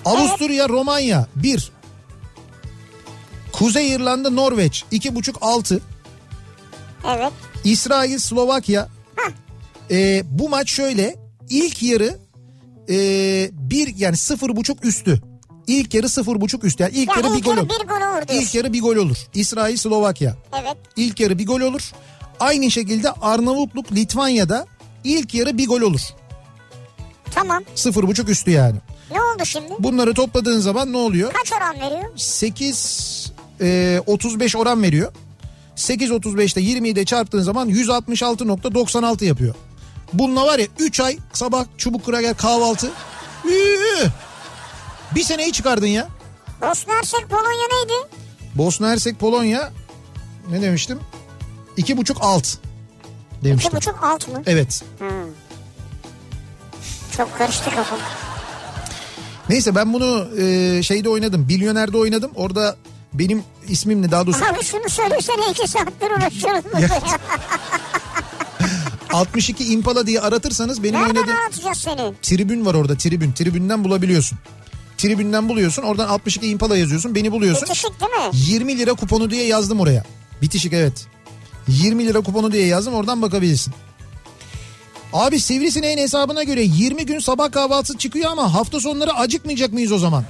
Avusturya Romanya bir. Kuzey İrlanda Norveç iki buçuk altı.
Evet.
İsrail Slovakya.
Heh.
Ee, bu maç şöyle ilk yarı ee, bir yani sıfır buçuk üstü. İlk yarı sıfır buçuk üstü. Yani ilk
Ya
yarı bir
ilk
gol
yarı
olur.
bir golü vur diyorsun.
İlk yarı bir gol olur. İsrail Slovakya.
Evet.
İlk yarı bir gol olur. Aynı şekilde Arnavutluk Litvanya'da ilk yarı bir gol olur.
Tamam.
Sıfır buçuk üstü yani.
Ne oldu şimdi?
Bunları topladığın zaman ne oluyor?
Kaç oran veriyor?
8 e, 35 oran veriyor. 8 35'te 20'yi de çarptığın zaman 166.96 yapıyor. Bununla var ya 3 ay sabah çubuk kraker kahvaltı. Üü! Bir seneyi çıkardın ya.
Bosna Hersek Polonya neydi?
Bosna Hersek Polonya ne demiştim? 2,5 alt
İki
demiştim.
buçuk alt mı?
Evet.
Hı. Çok karıştı kafam.
Neyse ben bunu e, şeyde oynadım. Bilyoner'de oynadım. Orada benim ismimle daha doğrusu
Abi şunu söylesene iki saattir uğraşıyoruz burada ya.
62 Impala diye aratırsanız benim
Nereden
oynadığım
aratacağız seni?
tribün var orada tribün. Tribünden bulabiliyorsun. Tribünden buluyorsun. Oradan 62 Impala yazıyorsun. Beni buluyorsun.
Bitişik değil mi?
20 lira kuponu diye yazdım oraya. Bitişik evet. 20 lira kuponu diye yazdım. Oradan bakabilirsin. Abi Sivrisineğin hesabına göre 20 gün sabah kahvaltısı çıkıyor ama hafta sonları acıkmayacak mıyız o zaman?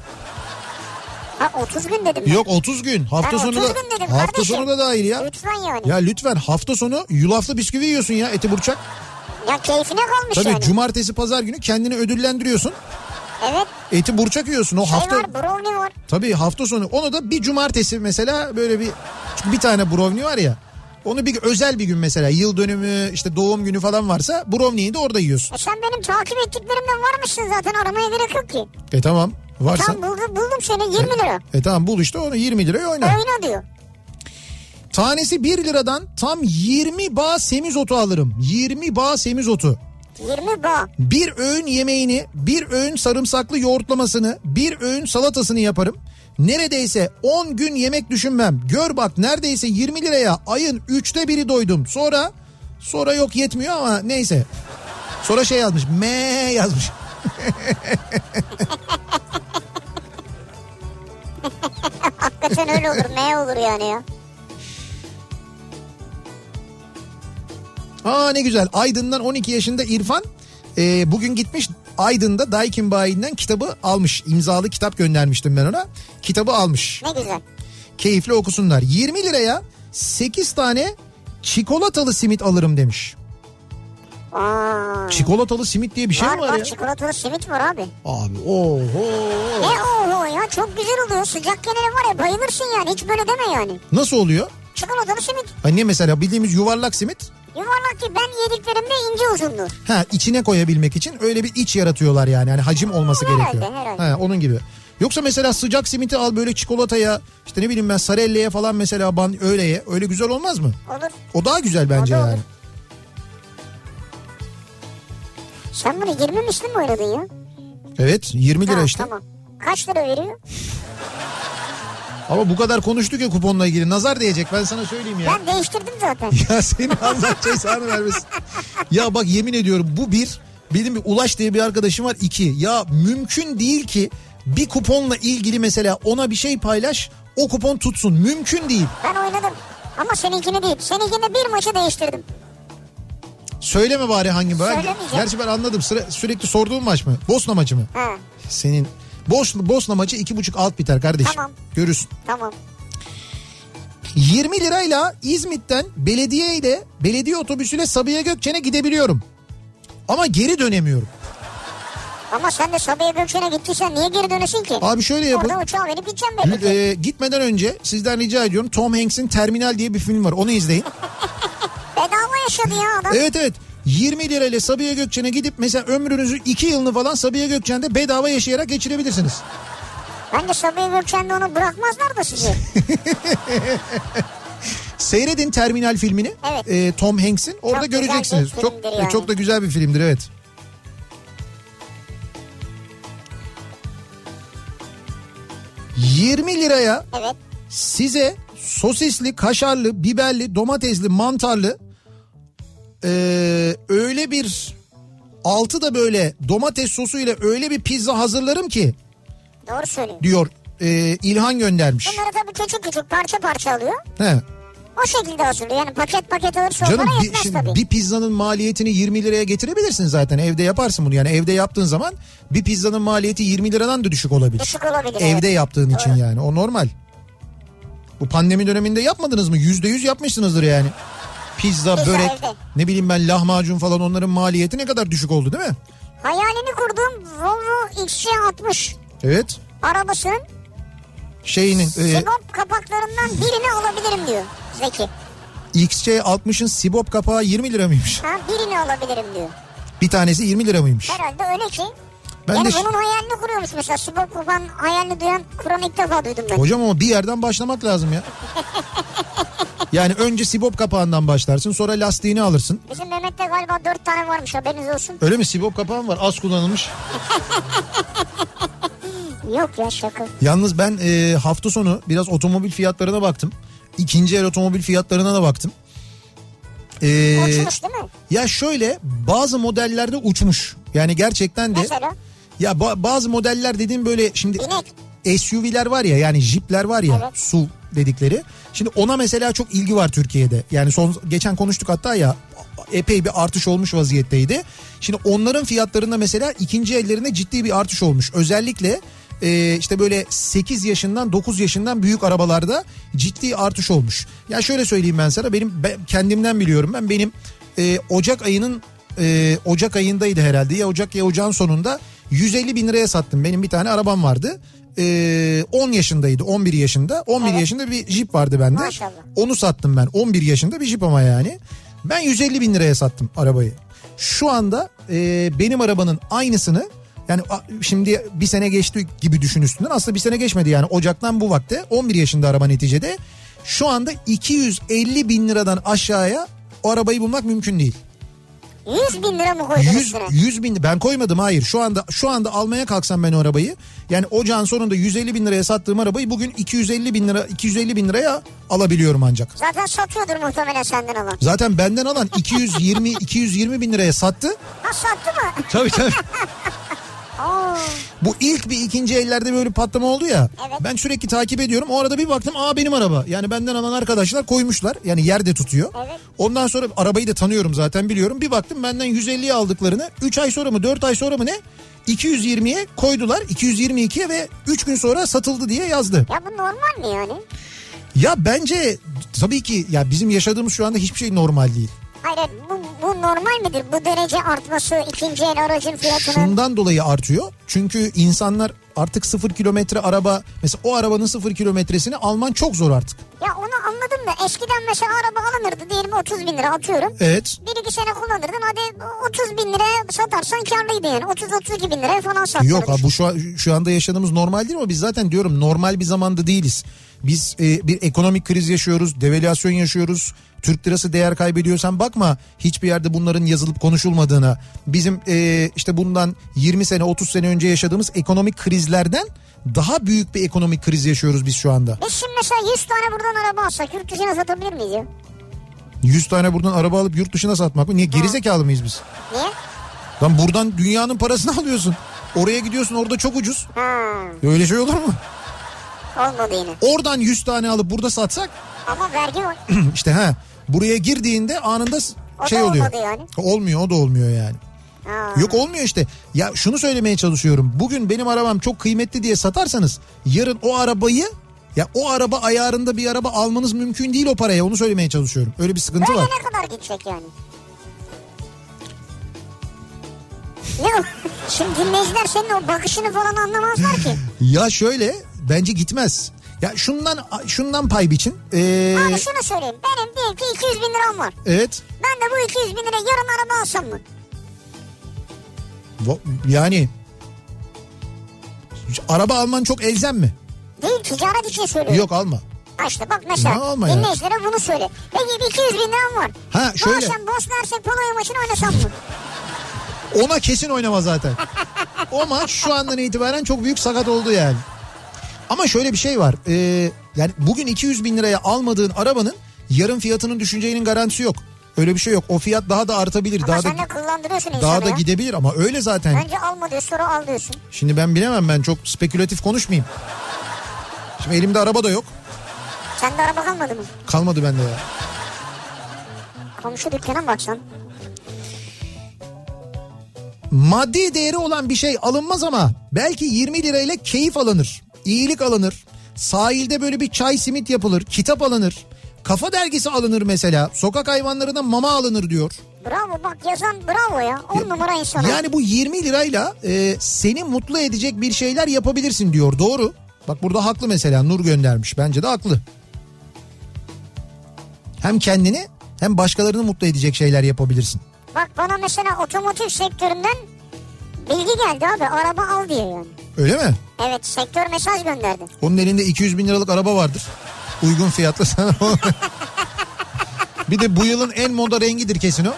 Ha 30 gün dedim ben.
Yok 30 gün. Hafta
Ben
sonu
30
da
gün dedim
hafta
kardeşim.
sonu da dahil ya.
Lütfen yani.
Ya
Ya,
lütfen hafta sonu yulaflı bisküvi yiyorsun ya eti burçak.
keyfine kalmış
Tabii
yani.
cumartesi pazar günü kendini ödüllendiriyorsun.
evet.
Eti burçak yiyorsun o
Şey
hafta.
var brownie var.
Tabii hafta sonu onu da bir cumartesi mesela böyle bir çünkü bir tane brownie var ya. Onu bir özel bir gün mesela yıl dönümü işte doğum günü falan varsa brownie'yi de orada yiyorsun.
E sen benim takip ettiklerimden varmışsın zaten aramaya gerek yok ki.
E tamam varsa.
Tam buldum, buldum seni 20 lira.
E tamam bul işte onu 20 liraya oyna.
Oyna diyor.
Tanesi 1 liradan tam 20 bağ semizotu alırım. 20 bağ semizotu.
20 ba.
Bir öğün yemeğini, bir öğün sarımsaklı yoğurtlamasını, bir öğün salatasını yaparım. Neredeyse 10 gün yemek düşünmem. Gör bak neredeyse 20 liraya ayın 3'te biri doydum. Sonra sonra yok yetmiyor ama neyse. Sonra şey yazmış. M yazmış.
Hakikaten öyle olur. M olur yani ya.
Aa ne güzel. Aydın'dan 12 yaşında İrfan e, bugün gitmiş Aydın'da Daikin bayinden kitabı almış. İmzalı kitap göndermiştim ben ona. Kitabı almış.
Ne güzel.
keyifli okusunlar. 20 liraya 8 tane çikolatalı simit alırım demiş.
Aa.
Çikolatalı simit diye bir şey
var,
mi var
var
ya?
çikolatalı simit var abi.
Abi oho.
E oho ya çok güzel oluyor. Sıcakken hele var ya bayılırsın yani. Hiç böyle deme yani.
Nasıl oluyor?
Çikolatalı simit.
Hani mesela bildiğimiz yuvarlak simit.
Yuvarlak ki ben yediklerimde ince uzundur.
Ha içine koyabilmek için öyle bir iç yaratıyorlar yani. Yani hacim olması
Herhalde,
gerekiyor.
herhalde.
Ha, onun gibi. Yoksa mesela sıcak simiti al böyle çikolataya işte ne bileyim ben sarelleye falan mesela ban öyleye öyle güzel olmaz mı?
Olur.
O daha güzel bence
O da olur.
yani.
Sen bunu 20 misli mi oynadın ya?
Evet 20 lira
Ha,
işte.
Tamam. Kaç lira veriyor?
Ama bu kadar konuştuk ya kuponla ilgili nazar diyecek ben sana söyleyeyim ya.
Ben değiştirdim zaten.
Ya senin Allah cezanı vermesin. Ya bak yemin ediyorum bu bir. Benim bir Ulaş diye bir arkadaşım var iki. Ya mümkün değil ki bir kuponla ilgili mesela ona bir şey paylaş o kupon tutsun. Mümkün değil.
Ben oynadım. Ama seninkini değil. Seninkini bir maçı değiştirdim.
Söyleme bari hangi maç.
Söylemeyeceğim.
Gerçi ben anladım. Sıra, sürekli sorduğum maç mı? Bosna maçı mı?
Ha,
Senin. Bosna, Bosna maçı iki buçuk alt biter kardeşim.
Tamam.
Görürsün.
tamam.
20 lirayla İzmit'ten belediye ile belediye otobüsüyle Sabiha Gökçen'e gidebiliyorum. Ama geri dönemiyorum.
Ama sen de Sabiha Gökçen'e gittiysen niye geri dönesin ki?
Abi şöyle yapın.
Orada uçağa binip gideceğim belli ki.
Ee, gitmeden önce sizden rica ediyorum Tom Hanks'in Terminal diye bir film var onu izleyin.
Bedava yaşadı ya adam.
evet evet 20 lirayla Sabiha Gökçen'e gidip mesela ömrünüzü 2 yılını falan Sabiha Gökçen'de bedava yaşayarak geçirebilirsiniz.
Bence Sabiha Gökçen'de onu bırakmazlar da sizi.
Seyredin Terminal filmini
Evet.
e, Tom Hanks'in orada
Çok güzel bir
göreceksiniz.
filmdir
Çok e,
yani.
çok da güzel bir filmdir evet. ...20 liraya
evet.
size sosisli, kaşarlı, biberli, domatesli, mantarlı eee, öyle bir altı da böyle domates sosuyla öyle bir pizza hazırlarım ki
Doğru söylüyor.
diyor eee, İlhan göndermiş.
Bunları tabii küçük küçük parça parça alıyor.
He.
O şekilde hazırlıyor. Yani paket paket alırsa
Canım
onlara
bir,
yetmez
şimdi
tabii.
bir pizzanın maliyetini 20 liraya getirebilirsin zaten evde yaparsın bunu yani evde yaptığın zaman bir pizzanın maliyeti 20 liradan da düşük olabilir.
Düşük olabilir.
Evde
evet.
yaptığın için yani o normal. Bu pandemi döneminde yapmadınız mı? Yüzde yüz yapmışsınızdır yani. Pizza,
Pizza
börek,
evde.
ne bileyim ben lahmacun falan onların maliyeti ne kadar düşük oldu değil mi?
Hayalini kurduğum Volvo XC60
Evet.
arabasının
Şeyinin e,
sigop kapaklarından birini alabilirim diyor Zeki.
XC60'ın Sibop kapağı 20 lira mıymış?
Ha, birini alabilirim diyor.
Bir tanesi 20 lira mıymış?
Herhalde öyle ki.
Ben
yani
de
bunun hayalini kuruyormuş mesela. Sibop Kurban hayalini duyan Kur'an ilk defa duydum ben.
Hocam ama bir yerden başlamak lazım ya. Yani önce Sibop kapağından başlarsın sonra lastiğini alırsın.
Bizim Mehmet'te galiba dört tane varmış haberiniz olsun.
Öyle mi Sibop kapağı mı var? Az kullanılmış.
Yok ya şaka.
Yalnız ben e, hafta sonu biraz otomobil fiyatlarına baktım. İkinci el otomobil fiyatlarına da baktım. E,
Uçmuş değil mi?
ya şöyle bazı modellerde uçmuş. Yani gerçekten de
Mesela
ya ba- bazı modeller dediğim böyle şimdi
inek.
SUV'ler var ya yani jipler var ya
Evet.
SUV dedikleri. Şimdi ona mesela çok ilgi var Türkiye'de. Yani son geçen konuştuk hatta ya epey bir artış olmuş vaziyetteydi. Şimdi onların fiyatlarında mesela ikinci ellerinde ciddi bir artış olmuş. Özellikle e, işte böyle 8 yaşından 9 yaşından büyük arabalarda ciddi artış olmuş. Ya şöyle söyleyeyim ben sana benim ben kendimden biliyorum ben benim e, Ocak ayının e, Ocak ayındaydı herhalde ya Ocak ya Ocağın sonunda 150 bin liraya sattım benim bir tane arabam vardı E, 10 yaşındaydı 11 yaşında 11
Evet.
yaşında bir jip vardı bende
Maşallah.
onu sattım ben 11 yaşında bir jip ama yani ben 150 bin liraya sattım arabayı şu anda e, benim arabanın aynısını yani a- şimdi bir sene geçti gibi düşün üstünden aslında bir sene geçmedi yani Ocak'tan bu vakte 11 yaşında araba neticede şu anda 250 bin liradan aşağıya o arabayı bulmak mümkün değil.
100 bin lira mı koydun
100,
üstüne?
100 bin ben koymadım hayır şu anda şu anda almaya kalksam ben o arabayı yani ocağın sonunda 150 bin liraya sattığım arabayı bugün 250 bin lira 250 bin liraya alabiliyorum ancak.
Zaten satıyordur muhtemelen senden alan.
Zaten benden alan 220 220 bin liraya sattı.
Ha sattı mı?
Tabii tabii.
Oo,
Bu ilk bir ikinci ellerde böyle patlama oldu ya.
Evet.
Ben sürekli takip ediyorum. O arada bir baktım aa benim araba. Yani benden alan arkadaşlar koymuşlar. Yani yerde tutuyor.
Evet.
Ondan sonra arabayı da tanıyorum zaten biliyorum. Bir baktım benden 150'ye aldıklarını 3 ay sonra mı 4 ay sonra mı ne? 220'ye koydular. 222'ye ve 3 gün sonra satıldı diye yazdı.
ya bu normal mi yani?
Ya bence tabii ki ya bizim yaşadığımız şu anda hiçbir şey normal değil.
Hayır hayır, bu, bu normal midir? Bu derece artması ikinci el aracın fiyatının.
Şundan dolayı artıyor. Çünkü insanlar artık sıfır kilometre araba mesela o arabanın sıfır kilometresini alman çok zor artık.
Ya onu anladım da eskiden mesela araba alınırdı diyelim 30 bin lira atıyorum.
Evet.
Bir iki sene kullanırdın hadi 30 bin liraya satarsan karlıydı yani 30-32 bin liraya falan sattırmış.
Yok abi bu şu, an- şu anda yaşadığımız normal değil ama biz zaten diyorum normal bir zamanda değiliz. Biz e, bir ekonomik kriz yaşıyoruz, devalüasyon yaşıyoruz. Türk lirası değer kaybediyor. Sen bakma hiçbir yerde bunların yazılıp konuşulmadığına. Bizim e, işte bundan 20 sene 30 sene önce yaşadığımız ekonomik krizlerden daha büyük bir ekonomik kriz yaşıyoruz biz şu anda.
Biz şimdi mesela 100 tane buradan araba alsak yurt dışına satabilir miyiz ya?
100 tane buradan araba alıp yurt dışına satmak mı? Niye gerizekalı mıyız biz?
Niye?
Lan buradan dünyanın parasını alıyorsun. Oraya gidiyorsun orada çok ucuz.
Ha,
Öyle şey olur mu?
olmadı yine.
Oradan 100 tane alıp burada satsak
Ama vergi var.
işte ha buraya girdiğinde anında s-
O
şey
da
oluyor.
olmadı yani.
Olmuyor o da olmuyor yani.
Ha.
Yok olmuyor işte. Ya şunu söylemeye çalışıyorum. Bugün benim arabam çok kıymetli diye satarsanız yarın o arabayı ya o araba ayarında bir araba almanız mümkün değil o paraya. Onu söylemeye çalışıyorum. Öyle bir sıkıntı
Böyle
var.
ne kadar gidecek yani? Yok. Şimdi dinleyiciler senin o bakışını falan anlamazlar ki.
Ya şöyle bence gitmez. Ya şundan şundan pay biçin. Ee,
Abi şunu söyleyeyim. Benim diyelim ki 200 bin liram var.
evet.
Ben de bu 200 bin lira yarın araba alsam mı?
Vo- Yani araba alman çok elzem mi?
Değil ticaret için söylüyorum.
Yok alma.
Ha işte bak mesela
Ne alma ya?
dinleyicilere bunu söyle. Peki 200 bin liram var.
Ha,
Bu
şöyle.
akşam Bosna Hersek Polonya maçını oynasam mı?
Ona kesin oynama zaten. o maç şu andan itibaren çok büyük sakat oldu yani. Ama şöyle bir şey var. Ee, yani bugün 200 bin liraya almadığın arabanın yarın fiyatının düşeceğinin garantisi yok. Öyle bir şey yok. O fiyat daha da artabilir.
Ama
daha
sen de
da
kullandırıyorsun insanı
daha da
ya.
gidebilir ama öyle zaten.
Önce alma diyor sonra al diyorsun.
Şimdi ben bilemem ben çok spekülatif konuşmayayım. Şimdi elimde araba da yok.
Sende araba kalmadı mı?
Kalmadı bende ya.
Komşu dükkana mı baksan?
Maddi değeri olan bir şey alınmaz ama belki 20 lirayla keyif alınır, iyilik alınır. Sahilde böyle bir çay simit yapılır, kitap alınır. Kafa dergisi alınır mesela. Sokak hayvanlarına mama alınır diyor.
Bravo bak yazan bravo ya. 10 numara insan.
Yani bu 20 lirayla e, seni mutlu edecek bir şeyler yapabilirsin diyor. Doğru. Bak burada haklı mesela Nur göndermiş. Bence de haklı. Hem kendini hem başkalarını mutlu edecek şeyler yapabilirsin.
Bak bana mesela otomotiv sektöründen bilgi geldi abi araba al diye yani.
Öyle mi?
Evet sektör mesaj gönderdi.
Onun elinde 200 bin liralık araba vardır. Uygun fiyatlı sana. o- bir de bu yılın en moda rengidir kesin o.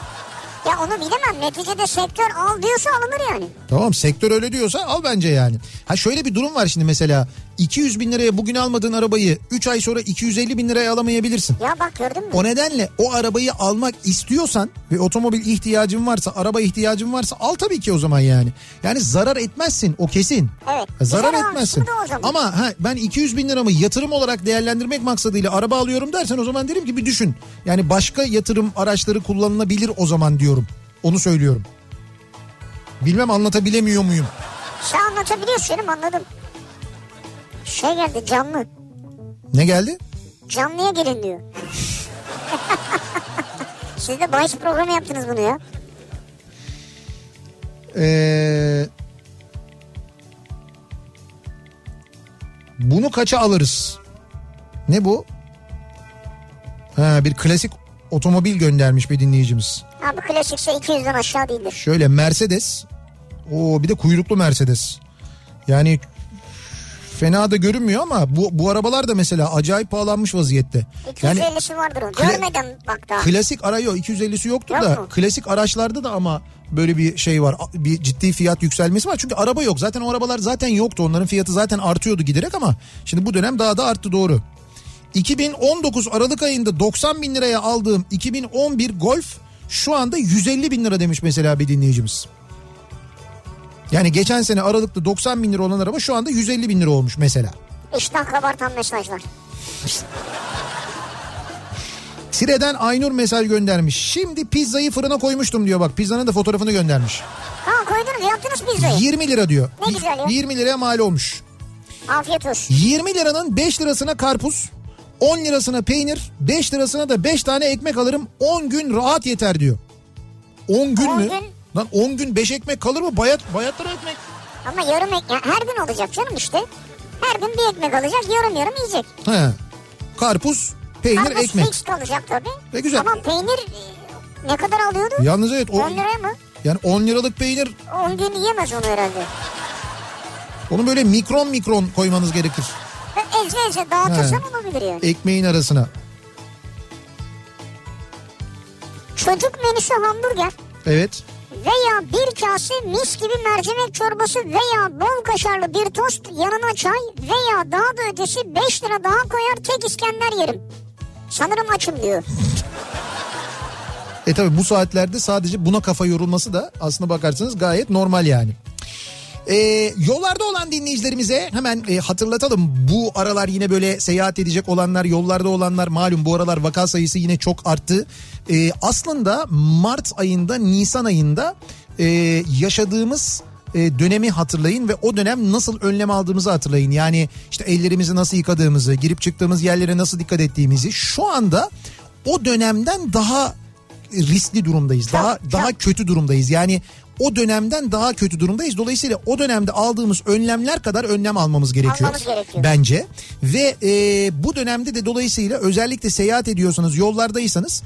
Ya onu bilemem neticede sektör al diyorsa alınır yani.
Tamam sektör öyle diyorsa al bence yani. Ha şöyle bir durum var şimdi mesela 200 bin liraya bugün almadığın arabayı 3 ay sonra 250 bin liraya alamayabilirsin.
Ya bak gördün mü?
O nedenle o arabayı almak istiyorsan ve otomobil ihtiyacın varsa araba ihtiyacın varsa al tabii ki o zaman yani. Yani zarar etmezsin o kesin.
Evet.
Zarar
Güzel
etmezsin.
almışım da o zaman.
Ama ha, ben 200 bin liramı yatırım olarak değerlendirmek maksadıyla araba alıyorum dersen o zaman derim ki bir düşün. Yani başka yatırım araçları kullanılabilir o zaman diyorum. Onu söylüyorum. Bilmem anlatabilemiyor muyum?
Sen anlatabiliyorsun canım anladım. Şey geldi canlı.
Ne geldi?
Canlıya gelin diyor. Siz de bahis programı yaptınız bunu ya.
Ee, bunu kaça alırız? Ne bu? Ha, bir klasik otomobil göndermiş bir dinleyicimiz.
Abi klasikse 200'den aşağı değildir.
Şöyle Mercedes. O bir de kuyruklu Mercedes. Yani fena da görünmüyor ama bu bu arabalar da mesela acayip pahalanmış vaziyette. Yani
250'si vardır o.
Kla-
Görmedim bak daha.
klasik ara yok 250'si yoktur
Yok
da
mu?
klasik araçlarda da ama böyle bir şey var. A- Bir ciddi fiyat yükselmesi var. Çünkü araba yok. Zaten o arabalar zaten yoktu. Onların fiyatı zaten artıyordu giderek ama şimdi bu dönem daha da arttı doğru. 2019 Aralık ayında 90 bin liraya aldığım 2011 Golf şu anda 150 bin lira demiş mesela bir dinleyicimiz. Yani geçen sene Aralık'ta 90 bin lira olan araba şu anda 150 bin lira olmuş mesela.
İştah kabartan mesajlar.
Tire'den Aynur mesaj göndermiş. Şimdi pizzayı fırına koymuştum diyor bak. Pizzanın da fotoğrafını göndermiş.
Ha koydunuz yaptınız pizzayı.
20 lira diyor.
Ne güzel ya.
20 liraya mal olmuş.
Afiyet olsun.
20 liranın 5 lirasına karpuz, 10 lirasına peynir, 5 lirasına da 5 tane ekmek alırım. 10 gün rahat yeter diyor. 10 gün
10
mü?
gün.
Lan 10 gün 5 ekmek kalır mı? Bayat bayat lira ekmek.
Ama yarım ekmek her gün olacak canım işte. Her gün bir ekmek alacak yarım yarım yiyecek.
He. Karpuz, peynir,
Karpuz
ekmek.
fix kalacak tabii.
Ne güzel.
Ama peynir e, ne kadar alıyordu?
Yalnız evet
10
o,
liraya mı?
yani 10 liralık peynir
10 gün yiyemez onu herhalde.
onu böyle mikron mikron koymanız gerekir
Ve Eze eze dağıtırsan
He.
olabilir yani.
ekmeğin arasına. E,
Çocuk menüsü hamburger
Evet.
veya bir kase mis gibi mercimek çorbası veya bol kaşarlı bir tost yanına çay veya daha da ötesi 5 lira daha koyar tek İskender yerim. Sanırım açım diyor.
E tabi bu saatlerde sadece buna kafa yorulması da aslına bakarsanız gayet normal yani. E, yollarda olan dinleyicilerimize hemen e, hatırlatalım. Bu aralar yine böyle seyahat edecek olanlar, yollarda olanlar malum bu aralar vaka sayısı yine çok arttı. E, aslında Mart ayında, Nisan ayında e, yaşadığımız e, dönemi hatırlayın ve o dönem nasıl önlem aldığımızı hatırlayın. Yani işte ellerimizi nasıl yıkadığımızı, girip çıktığımız yerlere nasıl dikkat ettiğimizi. Şu anda o dönemden daha riskli durumdayız. Daha daha kötü durumdayız. Yani o dönemden daha kötü durumdayız. Dolayısıyla o dönemde aldığımız önlemler kadar önlem almamız gerekiyor.
Almamız gerekiyor.
Bence ve e, bu dönemde de dolayısıyla özellikle seyahat ediyorsanız, yollardaysanız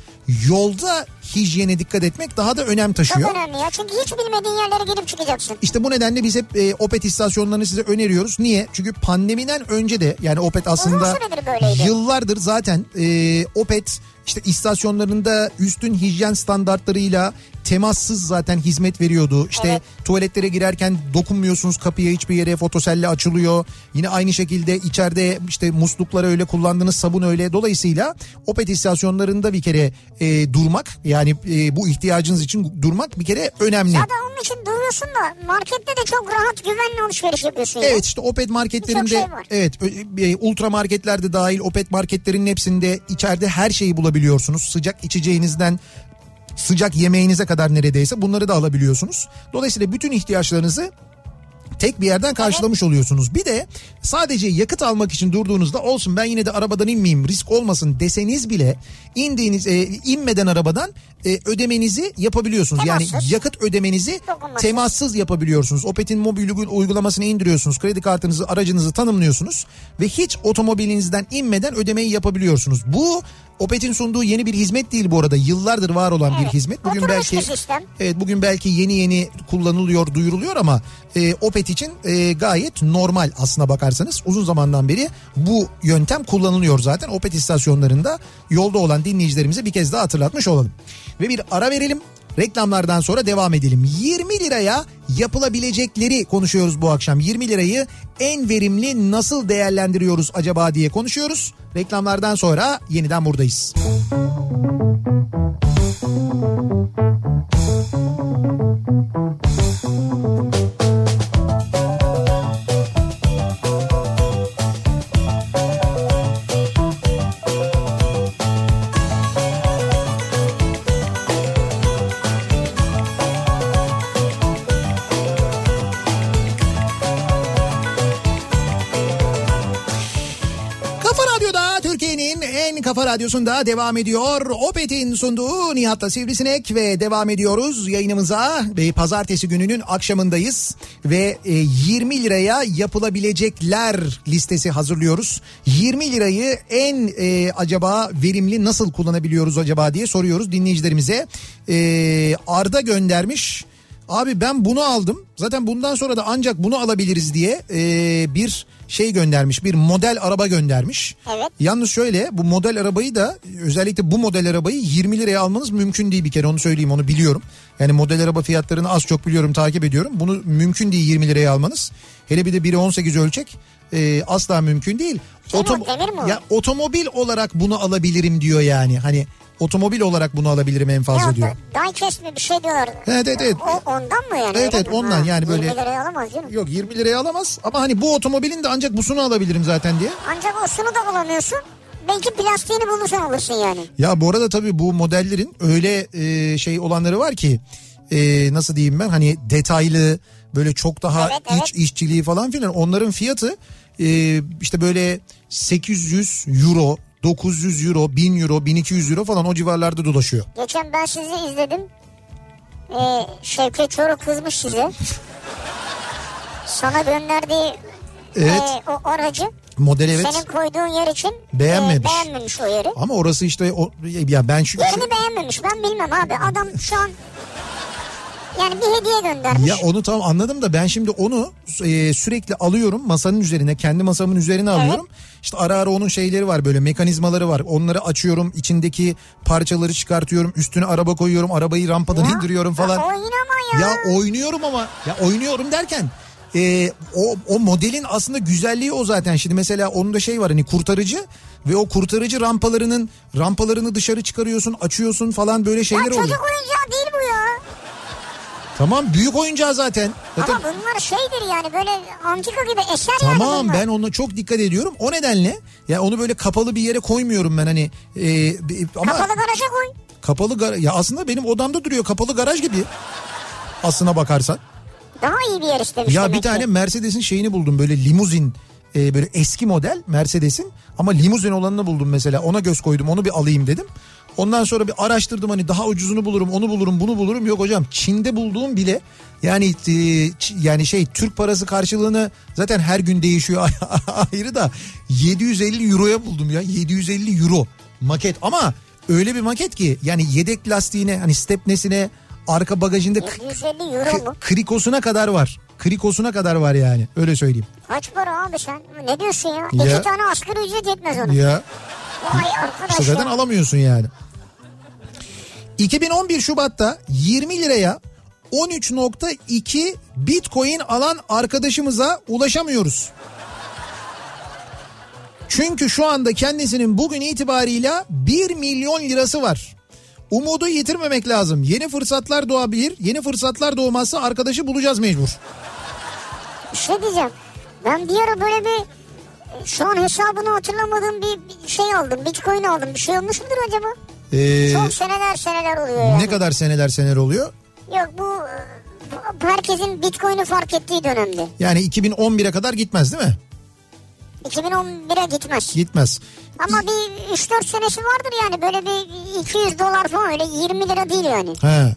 yolda hijyene dikkat etmek daha da önem
Çok
taşıyor.
önemli ya. Çünkü hiç bilmediğin yerlere girip çıkacaksın.
İşte bu nedenle biz hep e, Opet istasyonlarını size öneriyoruz. Niye? Çünkü pandemiden önce de yani Opet aslında
süredir böyleydi.
yıllardır zaten e, Opet işte istasyonlarında üstün hijyen standartlarıyla temassız zaten hizmet veriyordu. İşte
Evet.
tuvaletlere girerken dokunmuyorsunuz kapıya hiçbir yere fotoselle açılıyor. Yine aynı şekilde içeride işte muslukları öyle kullandığınız sabun öyle. Dolayısıyla Opet istasyonlarında bir kere e, durmak yani e, bu ihtiyacınız için durmak bir kere önemli.
Ya da onun için duruyorsun da markette de çok rahat güvenli alışveriş yapıyorsun. ya.
Evet işte Opet marketlerinde
Birçok şey var.
evet ö- e, ultra marketlerde dahil Opet marketlerinin hepsinde içeride her şeyi bulabiliyorsunuz. Sıcak içeceğinizden sıcak yemeğinize kadar neredeyse bunları da alabiliyorsunuz. Dolayısıyla bütün ihtiyaçlarınızı tek bir yerden karşılamış oluyorsunuz. Bir de sadece yakıt almak için durduğunuzda olsun ben yine de arabadan inmeyeyim risk olmasın deseniz bile indiğiniz e, inmeden arabadan e, ödemenizi yapabiliyorsunuz. Yani
Temassız.
yakıt ödemenizi
Dokunmasız.
temassız yapabiliyorsunuz. Opet'in mobil uygul- uygulamasını indiriyorsunuz. Kredi kartınızı, aracınızı tanımlıyorsunuz ve hiç otomobilinizden inmeden ödemeyi yapabiliyorsunuz. Bu Opet'in sunduğu yeni bir hizmet değil bu arada. Yıllardır var olan bir
Evet.
hizmet. Bugün
Oturmuş bir
belki
sistem.
Evet bugün belki yeni yeni kullanılıyor, duyuruluyor ama e, Opet için e, gayet normal aslına bakarsanız. Uzun zamandan beri bu yöntem kullanılıyor zaten. Opet istasyonlarında yolda olan dinleyicilerimize bir kez daha hatırlatmış olalım. Ve bir ara verelim. Reklamlardan sonra devam edelim. 20 liraya yapılabilecekleri konuşuyoruz bu akşam. 20 lirayı en verimli nasıl değerlendiriyoruz acaba diye konuşuyoruz. Reklamlardan sonra yeniden buradayız. Kafa Radyo'da Türkiye'nin en kafa radyosunda devam ediyor. Opet'in sunduğu Nihat'la Sivrisinek ve devam ediyoruz yayınımıza. Ve pazartesi gününün akşamındayız ve e, 20 liraya yapılabilecekler listesi hazırlıyoruz. 20 lirayı en e, acaba verimli nasıl kullanabiliyoruz acaba diye soruyoruz dinleyicilerimize. E, Arda göndermiş. Abi ben bunu aldım. Zaten bundan sonra da ancak bunu alabiliriz diye e, bir şey göndermiş. Bir model araba göndermiş.
Evet.
Yalnız şöyle bu model arabayı da özellikle bu model arabayı 20 liraya almanız mümkün değil bir kere onu söyleyeyim onu biliyorum. Yani model araba fiyatlarını az çok biliyorum takip ediyorum. Bunu mümkün değil 20 liraya almanız. Hele bir de 1'e 18 ölçek e, asla mümkün değil.
Demir, demir mi o?
ya, otomobil olarak bunu alabilirim diyor yani. Hani otomobil olarak bunu alabilirim en fazla
Ya
diyor.
da diecast mi bir şey diyorlar.
Evet, evet, evet.
O, ondan mı yani?
Evet,
Öyle
evet,
mi?
ondan yani böyle-
20 liraya alamaz canım.
Yok 20 liraya alamaz ama hani bu otomobilin de ancak busunu alabilirim zaten diye.
Ancak o sunu da bulamıyorsun. Belki plastiğini bulursan alırsın yani.
Ya bu arada tabii bu modellerin öyle e, şey olanları var ki e, nasıl diyeyim ben hani detaylı böyle çok daha
Evet, evet.
iç işçiliği falan filan onların fiyatı e, işte böyle 800 euro 900 euro, 1000 euro, 1200 euro falan o civarlarda dolaşıyor.
Geçen ben sizi izledim. Ee, Şevket Çoruk kızmış size. Sana gönderdiği
Evet.
e, o aracı
Model evet.
senin koyduğun yer için
Beğenmemiş.
e, beğenmemiş o yeri.
Ama orası işte o, ya ben şu,
Yerini beğenmemiş ben bilmem abi adam şu an yani bir hediye göndermiş.
Ya onu tam anladım da ben şimdi onu e, sürekli alıyorum masanın üzerine kendi masamın üzerine alıyorum. İşte ara ara onun şeyleri var böyle mekanizmaları var. Onları açıyorum içindeki parçaları çıkartıyorum üstüne araba koyuyorum arabayı rampadan indiriyorum falan.
Ha, oyun ama ya.
Ya oynuyorum ama ya oynuyorum derken e, o, o modelin aslında güzelliği o zaten. Şimdi mesela onun da şey var hani kurtarıcı ve o kurtarıcı rampalarının rampalarını dışarı çıkarıyorsun açıyorsun falan böyle
Ya
şeyler
çocuk
oluyor.
oyuncağı değil bu ya.
Tamam büyük oyuncağı zaten. Zaten-
Ama bunlar şeydir yani böyle antika gibi eser yani
Tamam
bunlar.
ben ona çok dikkat ediyorum. O nedenle ya onu böyle kapalı bir yere koymuyorum ben hani e, bi- ama
Kapalı garaja koy.
kapalı gar- ya aslında benim odamda duruyor kapalı garaj gibi. Aslına bakarsan.
Daha iyi bir yer istemiş
Ya
demek
bir
ki.
tane Mercedes'in şeyini buldum böyle limuzin e, böyle eski model Mercedes'in ama limuzin olanını buldum mesela ona göz koydum onu bir alayım dedim. Ondan sonra bir araştırdım hani daha ucuzunu bulurum onu bulurum bunu bulurum yok hocam Çin'de bulduğum bile yani e, Ç- yani şey Türk parası karşılığını zaten her gün değişiyor ayrı da 750 euroya buldum ya 750 euro maket ama öyle bir maket ki yani yedek lastiğine hani stepnesine arka bagajında k-
750 euro
Kri-
mu?
Krikosuna kadar var. Krikosuna kadar var yani. Öyle söyleyeyim.
Kaç para abi sen? Ne diyorsun ya?
Ya.
İki tane asgari ücret yetmez ona.
Ya
Vay arkadaş
işte zaten
ya.
alamıyorsun yani. 2011 Şubat'ta 20 liraya 13.2 bitcoin alan arkadaşımıza ulaşamıyoruz. Çünkü şu anda kendisinin bugün itibarıyla 1 milyon lirası var. Umudu yitirmemek lazım. Yeni fırsatlar doğabilir. Yeni fırsatlar doğmazsa arkadaşı bulacağız mecbur.
Bir şey diyeceğim. Ben bir ara böyle bir şu an hesabını hatırlamadığım bir bir şey aldım. Bitcoin aldım. Bir şey olmuş mudur acaba?
Ee,
Çok seneler seneler oluyor yani.
ne kadar seneler seneler oluyor?
Yok bu e, bu herkesin Bitcoin'i fark ettiği dönemdi.
Yani 2011'e kadar gitmez değil mi?
2011'e gitmez.
Gitmez.
Ama bir 3-4 senesi vardır yani böyle bir 200 dolar falan öyle 20 lira değil yani.
He.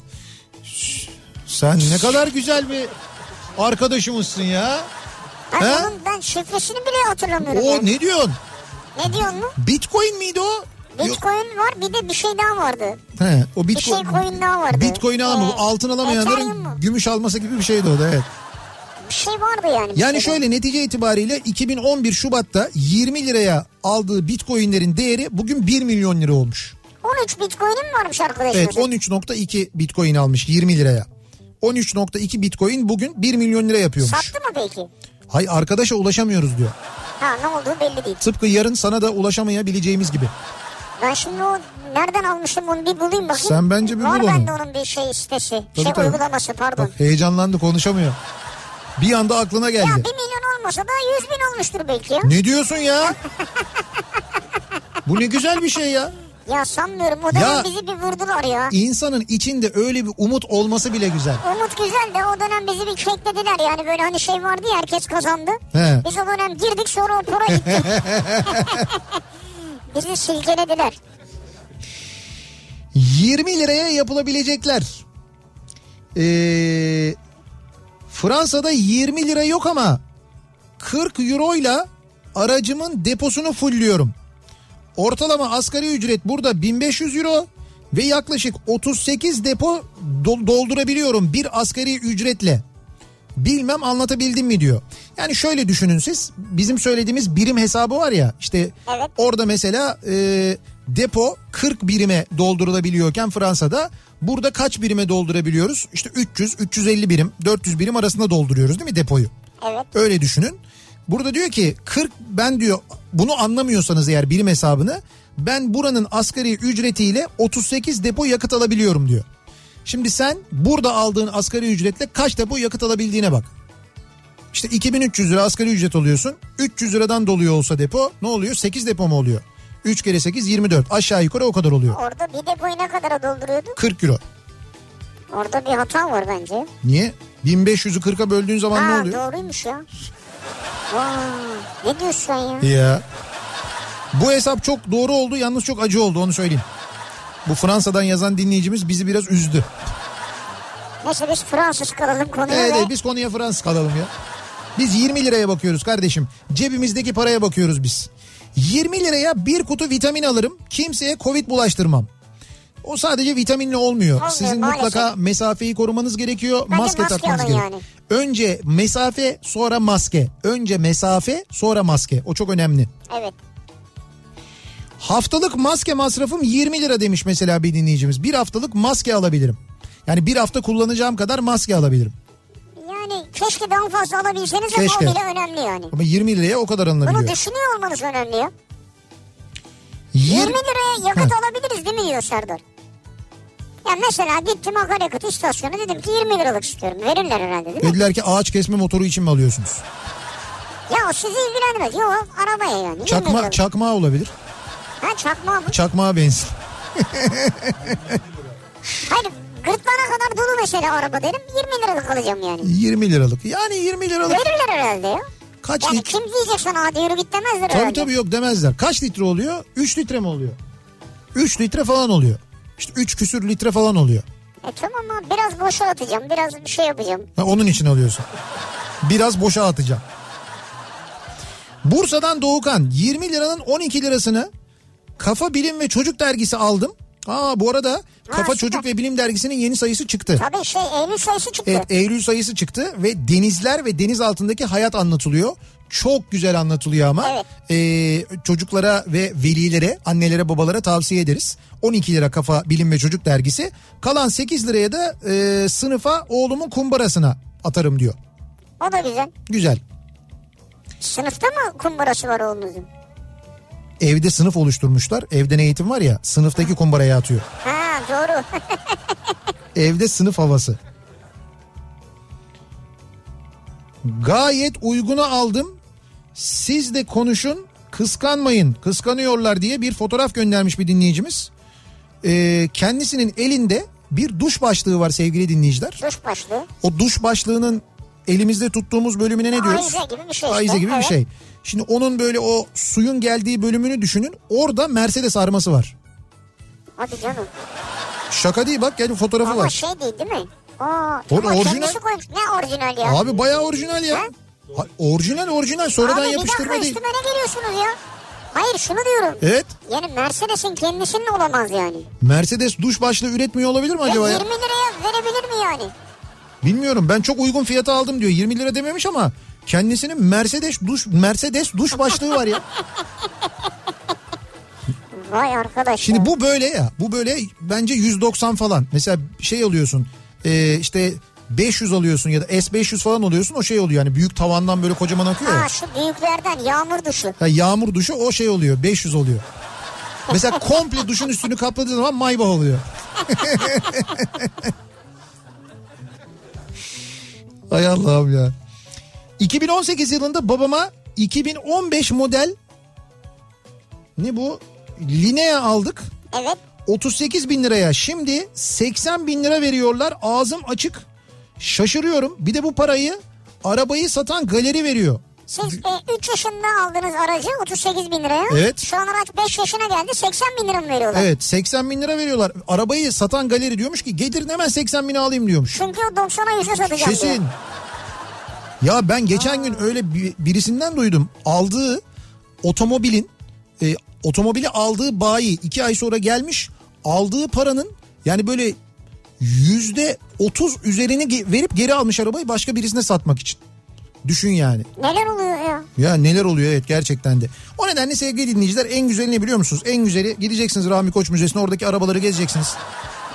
Şş, Sen ne kadar güzel bir arkadaşımızsın ya.
Ben,
He?
onun, ben şifresini bile hatırlamıyorum.
O
yani.
ne diyorsun?
Ne, diyorsun mu?
Bitcoin miydi o? Yok.
Bitcoin var bir de bir şey daha vardı.
He, o
Bir şey
Bitcoin.
coin daha vardı.
Bitcoin alamı,
Ee,
altın
Ethereum mu?
alamayanların gümüş alması gibi bir şeydi o da evet.
Bir şey vardı yani. bir
Yani
şey.
şöyle netice itibariyle 2011 Şubat'ta 20 liraya aldığı Bitcoin'lerin değeri bugün 1 milyon lira olmuş.
13 bitcoin'im varmış arkadaşımızın.
Evet 13.2 Bitcoin almış 20 liraya. 13.2 Bitcoin bugün 1 milyon lira yapıyormuş.
Sattı mı peki?
Hay arkadaşa ulaşamıyoruz diyor.
Ha ne olduğu belli değil.
Tıpkı yarın sana da ulaşamayabileceğimiz gibi.
Ben şimdi o nereden almışım onu bir bulayım bakayım.
Sen bence bir
var
bul onu.
Var bende onun bir şey sitesi.
Tabii,
şey
tabii.
uygulaması pardon.
Bak heyecanlandı konuşamıyor. Bir anda aklına
Ya 1
geldi.
milyon olmasa da 100 bin olmuştur belki ya.
Ne diyorsun ya? Bu ne güzel bir şey ya.
Ya sanmıyorum o dönem
Ya-
bizi bir vurdular ya.
İnsanın içinde öyle bir umut olması bile güzel.
Umut güzel de o dönem bizi bir keklediler yani böyle hani şey vardı ya herkes kazandı.
He.
Biz o dönem girdik sonra o para gitti. bizi silkelediler.
20 liraya yapılabilecekler. Ee, Fransa'da 20 lira yok ama 40 euroyla aracımın deposunu fullüyorum. Ortalama asgari ücret burada 1500 euro ve yaklaşık 38 depo do- doldurabiliyorum bir asgari ücretle. Bilmem anlatabildim mi diyor. Yani şöyle düşünün siz bizim söylediğimiz birim hesabı var ya işte
Evet.
orada mesela e, depo 40 birime doldurulabiliyorken Fransa'da burada kaç birime doldurabiliyoruz? İşte 300, 350 birim, 400 birim arasında dolduruyoruz değil mi depoyu?
Evet.
Öyle düşünün. Burada diyor ki 40 ben diyor bunu anlamıyorsanız eğer birim hesabını ben buranın asgari ücretiyle 38 depo yakıt alabiliyorum diyor. Şimdi sen burada aldığın asgari ücretle kaç depo yakıt alabildiğine bak. İşte 2300 lira asgari ücret alıyorsun. 300 liradan doluyor olsa depo ne oluyor? 8 depo mu oluyor? 3 kere 8 24 aşağı yukarı o kadar oluyor.
Orada bir depoyu ne kadara dolduruyorduk?
40 euro.
Orada bir hata var bence.
Niye? 1500'ü 40'a böldüğün zaman ne
Ha
oluyor? E-
doğruymuş ya. Vay, ne diyorsun sen ya?
Ya Bu hesap çok doğru oldu yalnız çok acı oldu onu söyleyeyim. Bu Fransa'dan yazan dinleyicimiz bizi biraz üzdü.
Neyse biz Fransız kalalım konuya
Evet,
ve
evet, Ee, biz konuya Fransız kalalım ya. Biz 20 liraya bakıyoruz kardeşim. Cebimizdeki paraya bakıyoruz biz. 20 liraya bir kutu vitamin alırım. Kimseye Covid bulaştırmam. O sadece vitaminle olmuyor.
Olmuyor,
Sizin
maalesef.
mutlaka mesafeyi korumanız gerekiyor.
Bence
maske
maske
takmanız
alın
gerekiyor.
yani.
Önce mesafe sonra maske. Önce mesafe sonra maske. O çok önemli.
evet.
Haftalık maske masrafım 20 lira demiş mesela bir dinleyicimiz. Bir haftalık maske alabilirim. Yani bir hafta kullanacağım kadar maske alabilirim.
Yani keşke daha fazla alabilseniz ama o
Keşke.
bile önemli yani.
Ama 20 liraya o kadar
Bunu
alınabiliyor.
düşünüyor olmanız önemli ya. 20
20
liraya yakıt
Ha.
alabiliriz değil mi diyor Serdar? Ya mesela gittim akaryakıt istasyonu dedim ki 20 liralık istiyorum. Verirler herhalde değil mi?
Dediler ki ağaç kesme motoru için mi alıyorsunuz? E-
Ya o sizi ilgilendirmez. Yok arabaya yani. 20
Çakma
liralık.
çakmağı olabilir.
ha çakma mı?
Çakmağa benzin.
Hayır gırtlağına kadar dolu mesela araba derim. 20 liralık alacağım yani.
20 liralık. Yani 20 liralık
Verirler herhalde ya.
kaç
Yani
litre?
kim diyecek sana hadi yürü git demezler
Tabii
herhalde.
tabii yok demezler. Kaç litre oluyor? 3 litre mi oluyor? 3 litre falan oluyor. İşte 3 küsür litre falan oluyor.
E tamam abi biraz boşa atacağım. Biraz bir şey yapacağım.
Ha, onun için alıyorsun. Biraz boşa atacağım. Bursa'dan Doğukan 20 liranın 12 lirasını Kafa Bilim ve Çocuk dergisi aldım. Aa bu arada Kafa
süper.
Çocuk ve Bilim dergisinin yeni sayısı çıktı.
Tabii şey Eylül sayısı çıktı.
Evet Eylül sayısı çıktı ve denizler ve deniz altındaki hayat anlatılıyor. Çok güzel anlatılıyor ama
Evet.
Ee, çocuklara ve velilere, annelere, babalara tavsiye ederiz. 12 lira kafa bilim ve çocuk dergisi. Kalan 8 liraya da e, sınıfa oğlumun kumbarasına atarım diyor.
O da güzel.
Güzel.
Sınıfta mı kumbarası var oğlunuzun?
Evde sınıf oluşturmuşlar. Evden eğitim var ya sınıftaki kumbaraya atıyor.
Ha doğru.
Evde sınıf havası. Gayet uyguna aldım. Siz de konuşun, kıskanmayın. Kıskanıyorlar diye bir fotoğraf göndermiş bir dinleyicimiz. Ee, kendisinin elinde bir duş başlığı var sevgili dinleyiciler.
Duş başlığı.
O duş başlığının elimizde tuttuğumuz bölümüne ne diyoruz?
Ayza gibi bir şey işte.
Ayza gibi bir
Evet.
şey. Şimdi onun böyle o suyun geldiği bölümünü düşünün. Orada Mercedes arması var.
Hadi canım.
Şaka değil bak gel fotoğrafı
Ama
var.
şey değil değil mi? Aa,
Oğlum,
ama
orijinal.
kendisi koymuş. Ne orijinal ya?
Abi bayağı orijinal ya.
Ha?
Ha, Orijinal orijinal sonradan
Abi
yapıştırma
bir dakika
değil. E-
üstüme ne geliyorsunuz ya? Hayır şunu diyorum.
Evet.
Yani Mercedes'in kendisinin olamaz yani.
Mercedes duş başlığı üretmiyor olabilir mi
Ya
acaba
20
ya?
liraya verebilir mi yani?
Bilmiyorum. Ben çok uygun fiyata aldım diyor. 20 lira dememiş ama kendisinin Mercedes duş Mercedes duş başlığı var ya.
Vay arkadaş ya.
Şimdi bu böyle ya. Bu böyle bence 190 falan. Mesela şey alıyorsun. e, işte 500 alıyorsun ya da S500 falan alıyorsun. O şey oluyor yani büyük tavandan böyle kocaman akıyor ya.
Ha şu büyüklerden yağmur duşu.
Ya yağmur duşu o şey oluyor. 500 oluyor. Mesela komple duşun üstünü kapladığı zaman maybah oluyor. Hay Allah'ım ya. 2018 yılında babama 2015 model ne bu? Linea aldık.
Evet.
38 bin liraya şimdi 80 bin lira veriyorlar ağzım açık şaşırıyorum bir de bu parayı arabayı satan galeri veriyor
Siz 3 yaşında aldığınız aracı 38 bin liraya.
Evet.
Şu an araç 5 yaşına geldi 80 bin lira mı veriyorlar?
Evet 80 bin lira veriyorlar. Arabayı satan galeri diyormuş ki getirin hemen 80 bini alayım diyormuş.
Çünkü o 90'a 100'e satacağım diyor.
Kesin. Ya ben geçen gün öyle bir- birisinden duydum. Aldığı otomobilin e, otomobili aldığı bayi iki ay sonra gelmiş aldığı paranın yani böyle yüzde otuz üzerini ge- verip geri almış arabayı başka birisine satmak için. Düşün yani.
Neler oluyor ya?
Ya neler oluyor evet gerçekten de. O nedenle sevgili dinleyiciler en güzeli ne biliyor musunuz? En güzeli gideceksiniz Rahmi Koç Müzesi'ne oradaki arabaları gezeceksiniz.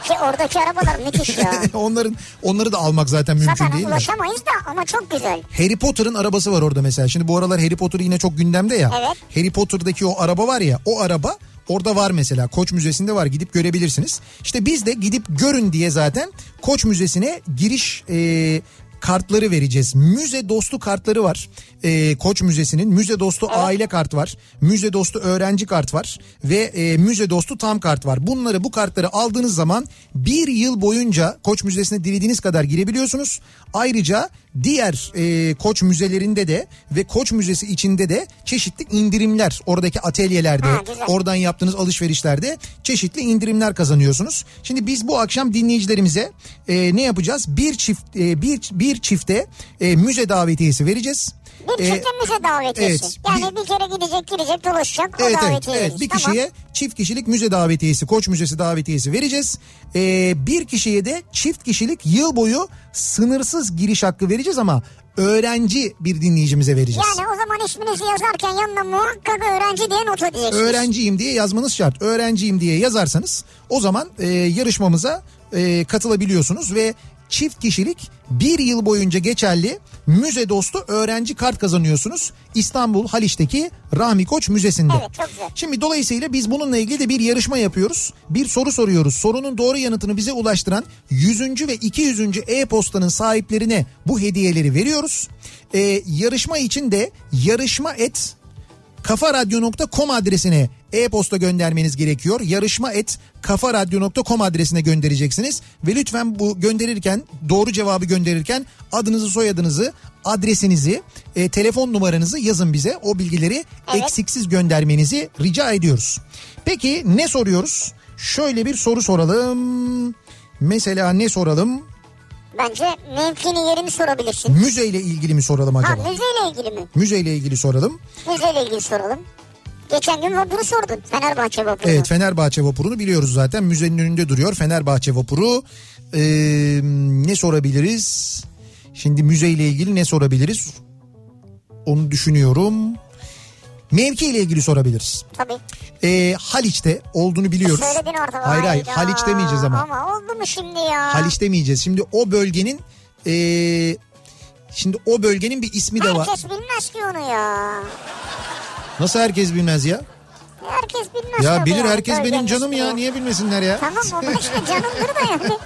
Ki Şey, oradaki arabalar müthiş ya.
Onların onları da almak zaten mümkün
Zaten
değil. de.
ulaşamayız da ama çok güzel.
Harry Potter'ın arabası var orada mesela. Şimdi bu aralar Harry Potter yine çok gündemde ya.
Evet.
Harry Potter'daki o araba var ya o araba orada var mesela. Koç Müzesi'nde var gidip görebilirsiniz. İşte biz de gidip görün diye zaten Koç Müzesi'ne giriş e, kartları vereceğiz. Müze dostu kartları var. Ee, Koç Müzesi'nin müze dostu aile kart var. Müze dostu öğrenci kart var. Ve e, müze dostu tam kart var. Bunları bu kartları aldığınız zaman bir yıl boyunca Koç Müzesi'ne dilediğiniz kadar girebiliyorsunuz. Ayrıca diğer e, Koç müzelerinde de ve Koç Müzesi içinde de çeşitli indirimler oradaki atölyelerde,
Ha, güzel.
oradan yaptığınız alışverişlerde çeşitli indirimler kazanıyorsunuz. Şimdi biz bu akşam dinleyicilerimize e, ne yapacağız? Bir çift e, bir bir çifte e, müze davetiyesi vereceğiz.
Bir
E,
çifte müze davetiyesi.
evet,
yani
bir-
bir kere gidecek gidecek dolaşacak o
Evet evet,
davetiye
evet
veririz.
bir
Tamam.
kişiye çift kişilik müze davetiyesi Koç Müzesi davetiyesi vereceğiz. Ee, bir kişiye de çift kişilik yıl boyu sınırsız giriş hakkı vereceğiz ama öğrenci bir dinleyicimize vereceğiz.
Yani o zaman isminizi yazarken yanına muhakkak öğrenci diye not ödeyeceksiniz.
Öğrenciyim diye yazmanız şart. Öğrenciyim diye yazarsanız o zaman e, yarışmamıza e, katılabiliyorsunuz ve çift kişilik bir yıl boyunca geçerli müze dostu öğrenci kart kazanıyorsunuz. İstanbul Haliç'teki Rahmi Koç Müzesi'nde.
Evet, çok güzel.
Şimdi dolayısıyla biz bununla ilgili de bir yarışma yapıyoruz. Bir soru soruyoruz. Sorunun doğru yanıtını bize ulaştıran 100. ve 200. e-postanın sahiplerine bu hediyeleri veriyoruz. Ee, yarışma için de yarışma et kafaradyo.com adresine e-posta göndermeniz gerekiyor. Yarışma et kafaradyo.com adresine göndereceksiniz. Ve lütfen bu gönderirken doğru cevabı gönderirken adınızı soyadınızı adresinizi e, telefon numaranızı yazın bize. O bilgileri
Evet.
eksiksiz göndermenizi rica ediyoruz. Peki ne soruyoruz? Şöyle bir soru soralım. Mesela ne soralım?
Bence mevkini yerini sorabilirsin.
Müzeyle ilgili mi soralım
Ha
acaba?
müzeyle ilgili mi?
Müzeyle ilgili soralım.
Müzeyle ilgili soralım. Geçen gün vapuru sordun. Fenerbahçe vapuru.
Evet Fenerbahçe vapurunu biliyoruz zaten. Müzenin önünde duruyor Fenerbahçe vapuru. Ee, ne sorabiliriz? Şimdi müzeyle ilgili ne sorabiliriz? Onu düşünüyorum. Mevki ile ilgili sorabiliriz.
Tabii.
Ee, Haliç'te olduğunu biliyoruz.
Söyledin orada.
Hayır hayır
Hayda.
Haliç demeyeceğiz ama.
Ama oldu mu şimdi ya?
Haliç demeyeceğiz. Şimdi o bölgenin ee, şimdi o bölgenin bir ismi de var.
Herkes bilmez ki onu ya.
Nasıl herkes bilmez ya?
Herkes bilmez.
Ya
tabii
bilir
yani,
herkes benim
bölgenin
canım ya.
ismini.
Niye bilmesinler ya?
Tamam o da işte canımdır da yani.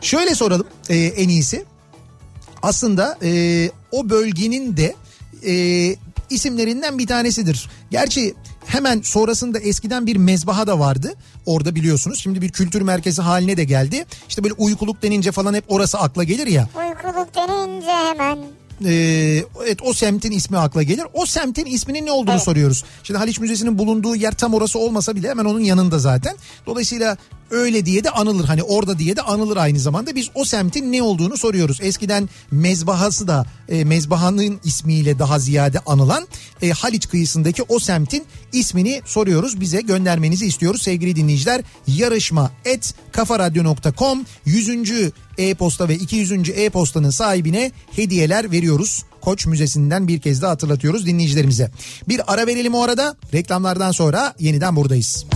Şöyle soralım e, en iyisi. Aslında e, o bölgenin de e, isimlerinden bir tanesidir. Gerçi hemen sonrasında eskiden bir mezbaha da vardı. Orada biliyorsunuz şimdi bir kültür merkezi haline de geldi. İşte böyle uykuluk denince falan hep orası akla gelir ya.
Uykuluk denince hemen.
E, evet o semtin ismi akla gelir. O semtin isminin ne olduğunu
Evet.
soruyoruz. Şimdi Haliç Müzesi'nin bulunduğu yer tam orası olmasa bile hemen onun yanında zaten. Dolayısıyla öyle diye de anılır. Hani orada diye de anılır aynı zamanda. Biz o semtin ne olduğunu soruyoruz. Eskiden mezbahası da e, mezbahanın ismiyle daha ziyade anılan e, Haliç kıyısındaki o semtin ismini soruyoruz. Bize göndermenizi istiyoruz sevgili dinleyiciler. Yarışma et kafaradyo.com 100. e-posta ve 200. e-postanın sahibine hediyeler veriyoruz. Koç Müzesi'nden bir kez daha hatırlatıyoruz dinleyicilerimize. Bir ara verelim o arada. Reklamlardan sonra yeniden buradayız.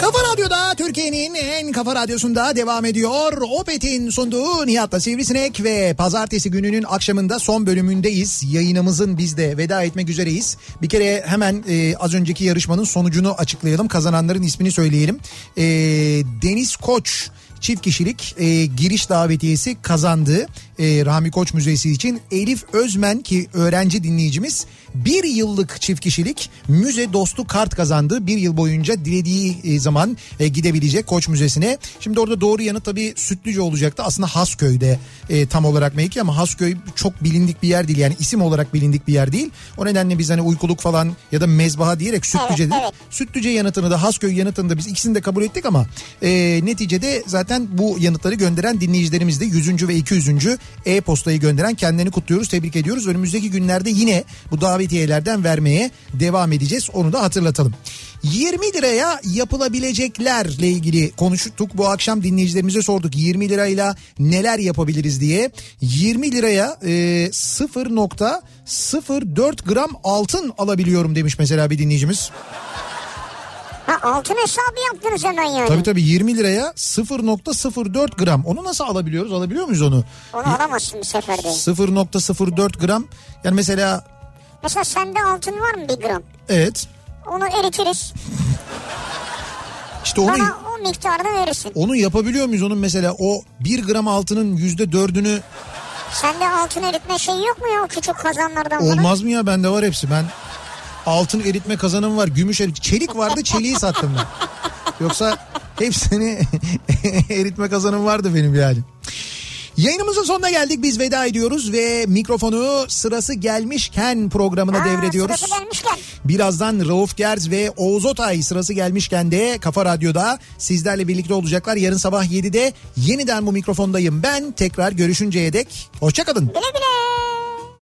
Kafa Radyo'da Türkiye'nin en kafa radyosunda devam ediyor. Opet'in sunduğu Nihat'la Sivrisinek ve pazartesi gününün akşamında son bölümündeyiz. Yayınımızın biz de veda etmek üzereyiz. Bir kere hemen e, az önceki yarışmanın sonucunu açıklayalım. Kazananların ismini söyleyelim. E, Deniz Koç çift kişilik e, giriş davetiyesi kazandı. E, Rahmi Koç Müzesi için Elif Özmen ki öğrenci dinleyicimiz bir yıllık çift kişilik müze dostu kart kazandı. Bir yıl boyunca dilediği e, zaman e, gidebilecek Koç Müzesi'ne. Şimdi orada doğru yanı tabii Sütlüce olacaktı. Aslında Hasköy'de e, tam olarak belki ama Hasköy çok bilindik bir yer değil. Yani isim olarak bilindik bir yer değil. O nedenle biz hani uykuluk falan ya da mezbaha diyerek Sütlüce
Evet,
dedik.
evet.
Sütlüce yanıtını da Hasköy yanıtını da biz ikisini de kabul ettik ama e, neticede zaten zaten bu yanıtları gönderen dinleyicilerimiz de 100. ve 200. e-postayı gönderen kendilerini kutluyoruz, tebrik ediyoruz. Önümüzdeki günlerde yine bu davetiyelerden vermeye devam edeceğiz. Onu da hatırlatalım. 20 liraya yapılabileceklerle ilgili konuştuk. Bu akşam dinleyicilerimize sorduk 20 lirayla neler yapabiliriz diye. 20 liraya e, 0.04 gram altın alabiliyorum demiş mesela bir dinleyicimiz.
Ha altın hesabı yaptınız hemen yani.
Tabii tabii 20 liraya 0.04 gram. Onu nasıl alabiliyoruz? Alabiliyor muyuz onu?
Onu alamazsın bir seferde.
0.04 gram. Yani mesela
Mesela sende altın var mı bir gram?
evet
Onu eritiriz.
işte onu
Bana o miktarda verirsin.
onu yapabiliyor muyuz onun mesela o 1 gram altının %4'ünü
Sende altın eritme şeyi yok mu ya o küçük kazanlardan falan?
olmaz mı ya bende var hepsi ben altın eritme kazanım var gümüş erit çelik vardı çeliği sattım ben yoksa hepsini eritme kazanım vardı benim yani. Yayınımızın sonuna geldik biz veda ediyoruz ve mikrofonu sırası gelmişken programına
Aa,
devrediyoruz.
Sırası gelmişken.
Birazdan Rauf Gerz ve Oğuz Otay sırası gelmişken de Kafa Radyo'da sizlerle birlikte olacaklar. Yarın sabah 7'de yeniden bu mikrofondayım ben. Tekrar görüşünceye dek hoşçakalın.
Güle güle.